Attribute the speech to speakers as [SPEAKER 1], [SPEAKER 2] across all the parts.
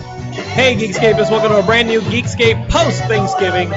[SPEAKER 1] Hey, Geekscapists, welcome to a brand new Geekscape post Thanksgiving.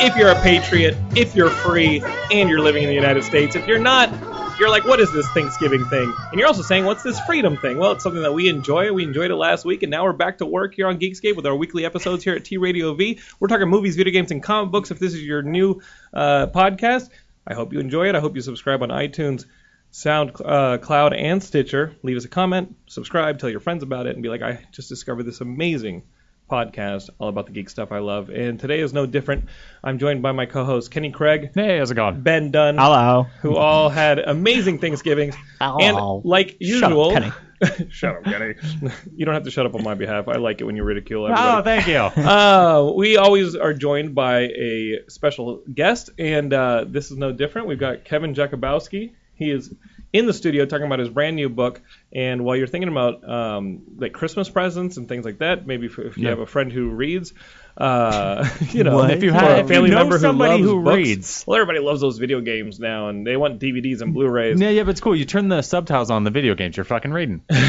[SPEAKER 1] If you're a patriot, if you're free, and you're living in the United States, if you're not, you're like, what is this Thanksgiving thing? And you're also saying, what's this freedom thing? Well, it's something that we enjoy. We enjoyed it last week, and now we're back to work here on Geekscape with our weekly episodes here at T Radio V. We're talking movies, video games, and comic books. If this is your new uh, podcast, I hope you enjoy it. I hope you subscribe on iTunes. SoundCloud uh, Cloud and Stitcher. Leave us a comment, subscribe, tell your friends about it, and be like, I just discovered this amazing podcast all about the geek stuff I love. And today is no different. I'm joined by my co hosts, Kenny Craig,
[SPEAKER 2] Hey, how's it going?
[SPEAKER 1] Ben Dunn,
[SPEAKER 2] Hello.
[SPEAKER 1] who all had amazing Thanksgivings.
[SPEAKER 2] Hello.
[SPEAKER 1] And like usual,
[SPEAKER 2] Kenny.
[SPEAKER 1] shut up, Kenny. you don't have to shut up on my behalf. I like it when you ridicule everybody.
[SPEAKER 2] Oh, thank you.
[SPEAKER 1] Uh, we always are joined by a special guest, and uh, this is no different. We've got Kevin Jakubowski. He is in the studio talking about his brand new book. And while you're thinking about um, like Christmas presents and things like that, maybe if, if you have a friend who reads, uh, you know,
[SPEAKER 2] What? If you have-
[SPEAKER 1] or a
[SPEAKER 2] if you
[SPEAKER 1] family
[SPEAKER 2] know
[SPEAKER 1] member
[SPEAKER 2] somebody
[SPEAKER 1] who, loves
[SPEAKER 2] who
[SPEAKER 1] books-
[SPEAKER 2] reads.
[SPEAKER 1] well, everybody loves those video games now, and they want DVDs and Blu-rays.
[SPEAKER 2] yeah, yeah, but it's cool. You turn the subtitles on the video games you're fucking reading.
[SPEAKER 1] but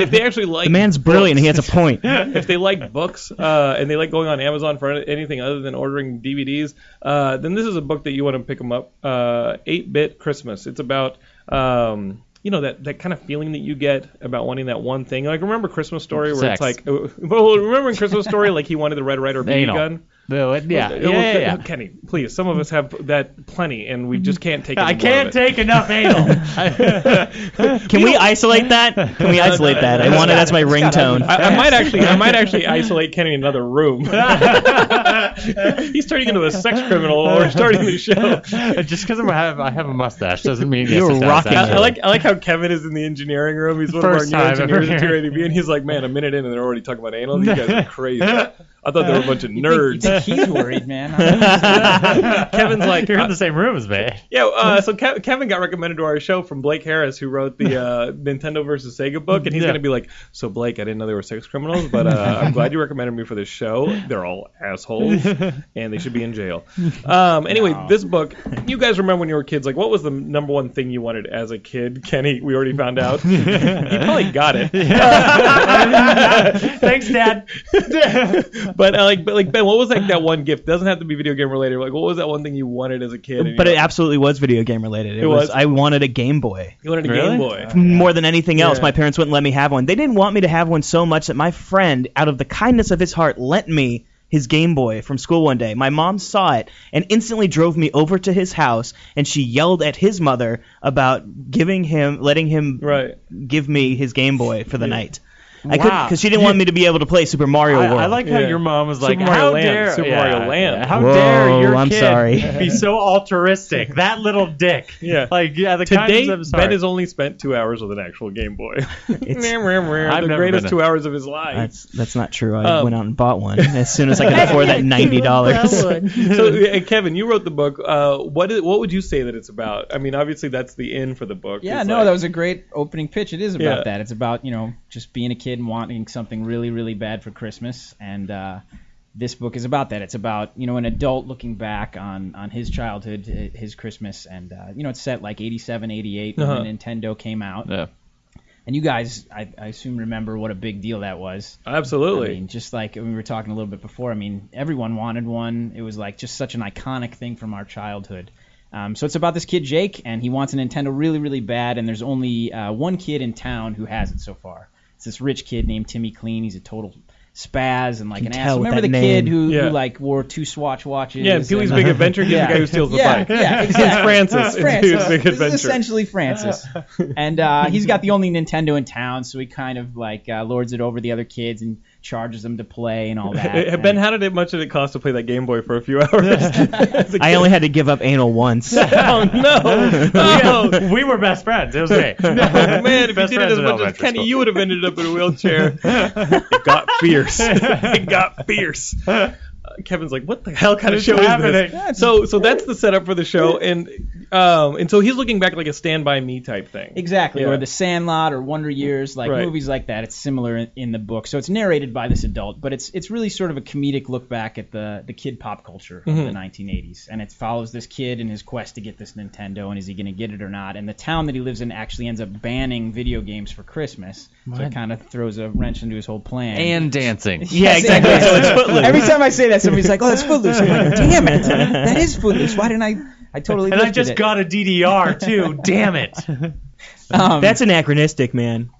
[SPEAKER 1] if they actually like
[SPEAKER 3] The man's brilliant. He has a point.
[SPEAKER 1] if they like books uh, and they like going on Amazon for anything other than ordering DVDs, uh, then this is a book that you want to pick them up. Uh, 8-Bit Christmas. It's about um, you know that, that kind of feeling that you get about wanting that one thing. Like remember Christmas Story where
[SPEAKER 2] Sex.
[SPEAKER 1] it's like, well, remember in Christmas Story like he wanted the Red Ryder BB
[SPEAKER 2] Anal.
[SPEAKER 1] gun.
[SPEAKER 2] No, it- yeah,
[SPEAKER 1] It
[SPEAKER 2] yeah,
[SPEAKER 1] was-
[SPEAKER 2] yeah, yeah.
[SPEAKER 1] Kenny, please. Some of us have that plenty, and we just can't take.
[SPEAKER 2] I
[SPEAKER 1] any more
[SPEAKER 2] can't
[SPEAKER 1] of it.
[SPEAKER 2] take enough anal.
[SPEAKER 3] Can we isolate that? Can we isolate that? I want it as my ringtone.
[SPEAKER 1] I, I might actually, I might actually isolate Kenny in another room. He's turning into a sex criminal while we're starting the show.
[SPEAKER 2] Just because I have I have a mustache doesn't mean
[SPEAKER 3] You're
[SPEAKER 2] yes, it does,
[SPEAKER 3] rocking
[SPEAKER 1] I,
[SPEAKER 2] actually.
[SPEAKER 1] I like, I like how Kevin is in the engineering room. He's one
[SPEAKER 2] First
[SPEAKER 1] of our new
[SPEAKER 2] time ever.
[SPEAKER 1] engineers at TRADB, and he's like, "Man, a minute in, and they're already talking about anal. You guys are crazy. I thought they were a bunch of nerds."
[SPEAKER 4] he's worried, man.
[SPEAKER 1] Kevin's like,
[SPEAKER 2] you're
[SPEAKER 1] "Uh,
[SPEAKER 2] in the same room as me.
[SPEAKER 1] Yeah, uh, so Kev- Kevin got recommended to our show from Blake Harris, who wrote the uh, Nintendo versus Sega book, and he's
[SPEAKER 2] Yeah.
[SPEAKER 1] gonna be like, "So Blake, I didn't know they were sex criminals, but uh, I'm glad you recommended me for this show. They're all assholes, and they should be in jail." Um, anyway, this book, you guys remember when you were kids? Like, what was the number one thing you wanted as a kid? Kenny, we already found out. he probably got it.
[SPEAKER 2] Thanks, Dad.
[SPEAKER 1] But uh, like, but like Ben, what was like that one gift? Doesn't have to be video game related. Like, what was that one thing you wanted as a kid? and you
[SPEAKER 3] But
[SPEAKER 1] were
[SPEAKER 3] it
[SPEAKER 1] like,
[SPEAKER 3] absolutely was video game related. It,
[SPEAKER 1] It
[SPEAKER 3] was,
[SPEAKER 1] was?
[SPEAKER 3] I wanted a Game Boy.
[SPEAKER 1] you wanted a
[SPEAKER 2] Really?
[SPEAKER 1] Game Boy.
[SPEAKER 3] More than anything else,
[SPEAKER 1] Yeah.
[SPEAKER 3] my parents wouldn't let me have one. They didn't want me to have one so much that my friend, out of the kindness of his heart, lent me his Game Boy from school one day. My mom saw it and instantly drove me over to his house and she yelled at his mother about giving him letting him
[SPEAKER 1] Right.
[SPEAKER 3] give me his Game Boy for the night. I
[SPEAKER 2] Wow.
[SPEAKER 3] couldn't because she didn't want me to be able to play Super Mario
[SPEAKER 2] I,
[SPEAKER 3] World.
[SPEAKER 2] I like how
[SPEAKER 1] Yeah.
[SPEAKER 2] your mom was like,
[SPEAKER 1] Super Mario
[SPEAKER 2] how
[SPEAKER 1] Land,
[SPEAKER 2] dare
[SPEAKER 1] Super
[SPEAKER 2] yeah,
[SPEAKER 1] Mario Land.
[SPEAKER 2] yeah, how
[SPEAKER 3] Whoa,
[SPEAKER 2] dare your
[SPEAKER 3] I'm
[SPEAKER 2] kid
[SPEAKER 3] sorry.
[SPEAKER 2] be so altruistic? That little dick.
[SPEAKER 1] Yeah.
[SPEAKER 2] Like yeah, the
[SPEAKER 1] Today,
[SPEAKER 2] kinds of sorry.
[SPEAKER 1] Ben has only spent two hours with an actual Game Boy.
[SPEAKER 2] I've
[SPEAKER 1] the
[SPEAKER 2] never
[SPEAKER 1] greatest
[SPEAKER 2] been a-
[SPEAKER 1] two hours of his life.
[SPEAKER 3] That's that's not true. I
[SPEAKER 1] Um,
[SPEAKER 3] went out and bought one as soon as I could afford that ninety dollars.
[SPEAKER 1] so, uh, Kevin, you wrote the book. Uh, what is, what would you say that it's about? I mean, obviously, that's the in for the book.
[SPEAKER 4] Yeah,
[SPEAKER 1] It's
[SPEAKER 4] no,
[SPEAKER 1] like-
[SPEAKER 4] that was a great opening pitch. It is about
[SPEAKER 1] Yeah.
[SPEAKER 4] that. It's about you know just being a kid and wanting something really, really bad for Christmas, and uh, this book is about that. It's about you know an adult looking back on on his childhood, h- his Christmas, and uh, you know it's set like 87, 88 when
[SPEAKER 1] Uh-huh.
[SPEAKER 4] the Nintendo came out,
[SPEAKER 2] yeah.
[SPEAKER 4] and you guys, I, I assume, remember what a big deal that was.
[SPEAKER 1] absolutely.
[SPEAKER 4] I mean, just like we were talking a little bit before, I mean, everyone wanted one. It was like just such an iconic thing from our childhood. Um, so it's about this kid Jake, and he wants a Nintendo really, really bad, and there's only uh, one kid in town who has it so far. It's this rich kid named Timmy Clean. He's a total spaz and like
[SPEAKER 3] Can
[SPEAKER 4] an
[SPEAKER 3] tell
[SPEAKER 4] ass.
[SPEAKER 3] with
[SPEAKER 4] Remember
[SPEAKER 3] that
[SPEAKER 4] the
[SPEAKER 3] name.
[SPEAKER 4] kid who,
[SPEAKER 1] Yeah.
[SPEAKER 4] who like wore two Swatch watches?
[SPEAKER 1] yeah, Pee Wee's
[SPEAKER 4] and-
[SPEAKER 1] Big Adventure kid, the
[SPEAKER 4] Yeah.
[SPEAKER 1] guy who steals the
[SPEAKER 4] yeah,
[SPEAKER 1] bike.
[SPEAKER 4] yeah, exactly.
[SPEAKER 1] Francis in Pee Wee's Big
[SPEAKER 4] This is
[SPEAKER 1] Adventure.
[SPEAKER 4] essentially Francis, and uh, he's got the only Nintendo in town, so he kind of like uh, lords it over the other kids and charges them to play and all that.
[SPEAKER 1] Uh,
[SPEAKER 4] And-
[SPEAKER 1] ben, how did it much did it cost to play that Game Boy for a few hours? As a
[SPEAKER 3] I
[SPEAKER 1] kid?
[SPEAKER 3] only had to give up anal once.
[SPEAKER 1] Oh no! Oh,
[SPEAKER 2] Yeah, we were best friends. It was great.
[SPEAKER 1] Oh, man, if
[SPEAKER 2] Best
[SPEAKER 1] you did
[SPEAKER 2] friends
[SPEAKER 1] it as
[SPEAKER 2] in
[SPEAKER 1] much as
[SPEAKER 2] elementary
[SPEAKER 1] Kenny,
[SPEAKER 2] school.
[SPEAKER 1] you would have ended up in a wheelchair. it got fierce. it got fierce. Uh, Kevin's like, what the hell kind of
[SPEAKER 2] It's
[SPEAKER 1] show is
[SPEAKER 2] happening.
[SPEAKER 1] this? So, so that's the setup for the show, and Um, and so he's looking back like a Stand By Me type thing.
[SPEAKER 4] Exactly,
[SPEAKER 1] Yeah.
[SPEAKER 4] or The Sandlot, or Wonder Years, like
[SPEAKER 1] Right.
[SPEAKER 4] movies like that. It's similar in, in the book, so it's narrated by this adult, but it's it's really sort of a comedic look back at the the kid pop culture
[SPEAKER 2] Mm-hmm.
[SPEAKER 4] of the 1980s, and it follows this kid in his quest to get this Nintendo, and is he going to get it or not? And the town that he lives in actually ends up banning video games for Christmas, so it kind of throws a wrench into his whole plan.
[SPEAKER 5] and dancing.
[SPEAKER 3] Yeah, exactly. So it's Footloose.
[SPEAKER 4] Every time I say that, somebody's like, "Oh, that's Footloose." I'm like, "Damn it, that is Footloose. Why didn't I? I totally
[SPEAKER 2] And I
[SPEAKER 4] lifted
[SPEAKER 2] just
[SPEAKER 4] it."
[SPEAKER 2] got a DDR too. Damn it.
[SPEAKER 4] Um,
[SPEAKER 3] That's anachronistic, man.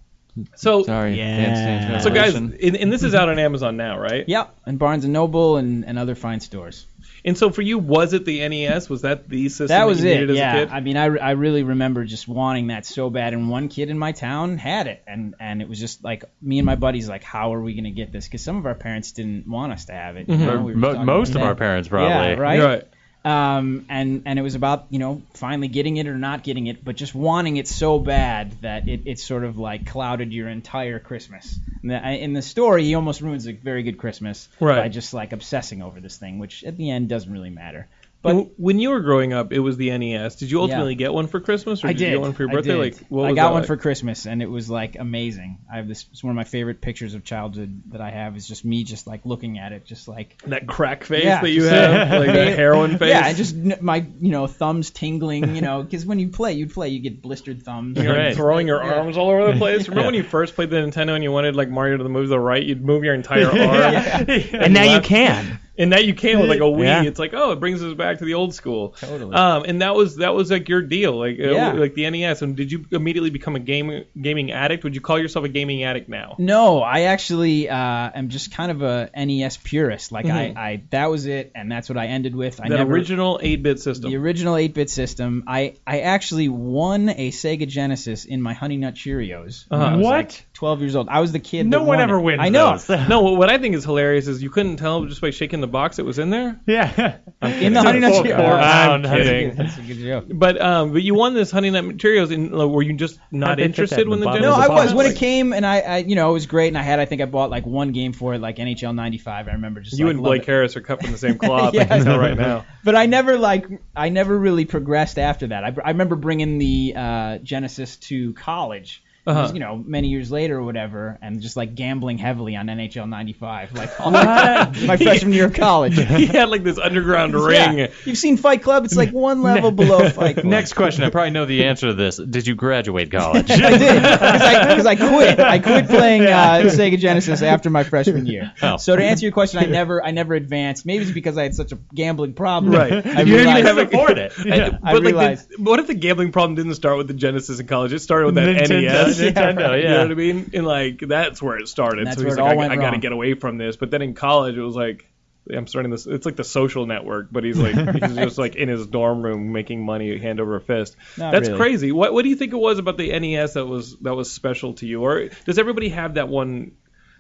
[SPEAKER 1] So
[SPEAKER 5] Sorry.
[SPEAKER 3] Yeah.
[SPEAKER 5] Dance, dance,
[SPEAKER 1] so guys,
[SPEAKER 5] revolution.
[SPEAKER 1] and, and this is out on Amazon now, right?
[SPEAKER 4] Yep, and Barnes and Noble and, and other fine stores.
[SPEAKER 1] And so for you, was it the NES? Was that the system
[SPEAKER 4] That was
[SPEAKER 1] you needed
[SPEAKER 4] it.
[SPEAKER 1] as
[SPEAKER 4] Yeah,
[SPEAKER 1] a kid?
[SPEAKER 4] I mean, I, I really remember just wanting that so bad, and one kid in my town had it, and and it was just like me and my buddies like, how are we gonna get this? Because some of our parents didn't want us to have it. you know, we were
[SPEAKER 5] Mm-hmm. Mo-
[SPEAKER 4] talking
[SPEAKER 5] most of
[SPEAKER 4] about
[SPEAKER 5] our
[SPEAKER 4] that.
[SPEAKER 5] parents probably.
[SPEAKER 4] Yeah, right.
[SPEAKER 1] Right.
[SPEAKER 4] Um, and and it was about you know finally getting it or not getting it, but just wanting it so bad that it, it sort of like clouded your entire Christmas. And the, in the story, he almost ruins a very good Christmas
[SPEAKER 1] Right.
[SPEAKER 4] by just like obsessing over this thing, which at the end doesn't really matter.
[SPEAKER 1] But
[SPEAKER 4] But
[SPEAKER 1] when you were growing up, it was the NES. Did you ultimately get one for Christmas, or
[SPEAKER 4] I
[SPEAKER 1] did,
[SPEAKER 4] did.
[SPEAKER 1] you get one for your
[SPEAKER 4] I
[SPEAKER 1] birthday?
[SPEAKER 4] did.
[SPEAKER 1] Like, what
[SPEAKER 4] I
[SPEAKER 1] was
[SPEAKER 4] got
[SPEAKER 1] that
[SPEAKER 4] one
[SPEAKER 1] like?
[SPEAKER 4] for Christmas, and it was like amazing. I have this. It's one of my favorite pictures of childhood that I have. Is just me, just like looking at it, just like
[SPEAKER 1] that crack face
[SPEAKER 4] Yeah,
[SPEAKER 1] that you
[SPEAKER 4] just- uh,
[SPEAKER 1] have, like that heroin face.
[SPEAKER 4] yeah, and just n- my you know thumbs tingling, you know, because when you play, you play, you get blistered thumbs.
[SPEAKER 1] You're like,
[SPEAKER 2] Right.
[SPEAKER 1] throwing your arms all over the place. Remember when you first played the Nintendo and you wanted like Mario to move to the right? You'd move your entire arm,
[SPEAKER 3] And now you
[SPEAKER 1] left.
[SPEAKER 3] can.
[SPEAKER 1] and now you can with like a Wii.
[SPEAKER 3] Yeah.
[SPEAKER 1] It's like, oh, it brings us back to the old school.
[SPEAKER 4] Totally.
[SPEAKER 1] Um, and that was that was like your deal, like uh,
[SPEAKER 4] Yeah.
[SPEAKER 1] like the NES. And did you immediately become a game gaming addict? Would you call yourself a gaming addict now?
[SPEAKER 4] No, I actually uh, am just kind of a NES purist. Like I, I, that was it, and that's what I ended with. I
[SPEAKER 1] Mm-hmm. That
[SPEAKER 4] never
[SPEAKER 1] original 8-bit system.
[SPEAKER 4] the original 8-bit system. I, I actually won a Sega Genesis in my Honey Nut Cheerios.
[SPEAKER 1] Oh,
[SPEAKER 4] when I was,
[SPEAKER 2] What?
[SPEAKER 4] like, 12 years old. I was the kid.
[SPEAKER 2] No
[SPEAKER 4] that
[SPEAKER 2] one
[SPEAKER 4] won
[SPEAKER 2] ever
[SPEAKER 4] it.
[SPEAKER 2] wins.
[SPEAKER 4] I know.
[SPEAKER 2] Those.
[SPEAKER 1] no, what- what I think is hilarious is you couldn't tell just by shaking the box it was in there.
[SPEAKER 2] yeah.
[SPEAKER 4] In the Honey Nut
[SPEAKER 1] Full
[SPEAKER 4] Cheerios.
[SPEAKER 1] core
[SPEAKER 2] I'm
[SPEAKER 1] pound,
[SPEAKER 2] kidding.
[SPEAKER 1] kidding.
[SPEAKER 4] That's a good joke.
[SPEAKER 1] But um, but you won this Honey Nut Materials, and like, were you just
[SPEAKER 2] How'd
[SPEAKER 1] not
[SPEAKER 2] they fit that
[SPEAKER 1] interested
[SPEAKER 2] in
[SPEAKER 1] when
[SPEAKER 2] the
[SPEAKER 1] the
[SPEAKER 2] bottom
[SPEAKER 1] Genesis
[SPEAKER 4] No,
[SPEAKER 2] of the
[SPEAKER 4] I was
[SPEAKER 2] box?
[SPEAKER 4] when it
[SPEAKER 1] like,
[SPEAKER 4] came, and I, I, you know, it was great, and I had, I think I bought like one game for it, like NHL '95. I remember just
[SPEAKER 1] You
[SPEAKER 4] like,
[SPEAKER 1] and
[SPEAKER 4] loved
[SPEAKER 1] Blake
[SPEAKER 4] it.
[SPEAKER 1] Harris are cut from the same cloth.
[SPEAKER 4] Yeah.
[SPEAKER 1] I can tell right now.
[SPEAKER 4] But I never like, I never really progressed after that. I, I remember bringing the uh, Genesis to college. It was,
[SPEAKER 1] Uh-huh.
[SPEAKER 4] you know, many years later or whatever, and just like gambling heavily on NHL '95, like all my freshman year of college.
[SPEAKER 1] he had like this underground ring.
[SPEAKER 4] Yeah. You've seen Fight Club; it's like one level below Fight Club.
[SPEAKER 5] Next question. I probably know the answer to this. Did you graduate college?
[SPEAKER 4] I did because I, quit. I quit playing uh, Sega Genesis after my freshman year.
[SPEAKER 5] Oh.
[SPEAKER 4] So to answer your question, I never, I never advanced. Maybe it's because I had such a gambling problem.
[SPEAKER 1] Right.
[SPEAKER 4] I
[SPEAKER 1] You didn't
[SPEAKER 4] realized,
[SPEAKER 1] have a-
[SPEAKER 2] Afford it.
[SPEAKER 1] And-
[SPEAKER 2] Yeah.
[SPEAKER 4] I
[SPEAKER 1] but like,
[SPEAKER 4] realized-
[SPEAKER 1] the, what if the gambling problem didn't start with the Genesis in college? It started with that
[SPEAKER 2] Nintendo,
[SPEAKER 1] NES.
[SPEAKER 2] Nintendo,
[SPEAKER 1] You
[SPEAKER 2] yeah.
[SPEAKER 1] know what I mean? And like that's where it started.
[SPEAKER 4] That's
[SPEAKER 1] so he's
[SPEAKER 4] where it
[SPEAKER 1] like,
[SPEAKER 4] all
[SPEAKER 1] I,
[SPEAKER 4] went
[SPEAKER 1] I gotta
[SPEAKER 4] wrong.
[SPEAKER 1] get away from this. But then in college, it was like. I'm starting this. It's like the social network, but he's like he's just like in his dorm room making money hand over fist.
[SPEAKER 4] Not
[SPEAKER 1] That's
[SPEAKER 4] really.
[SPEAKER 1] crazy. What what do you think it was about the NES that was that was special to you, or does everybody have that one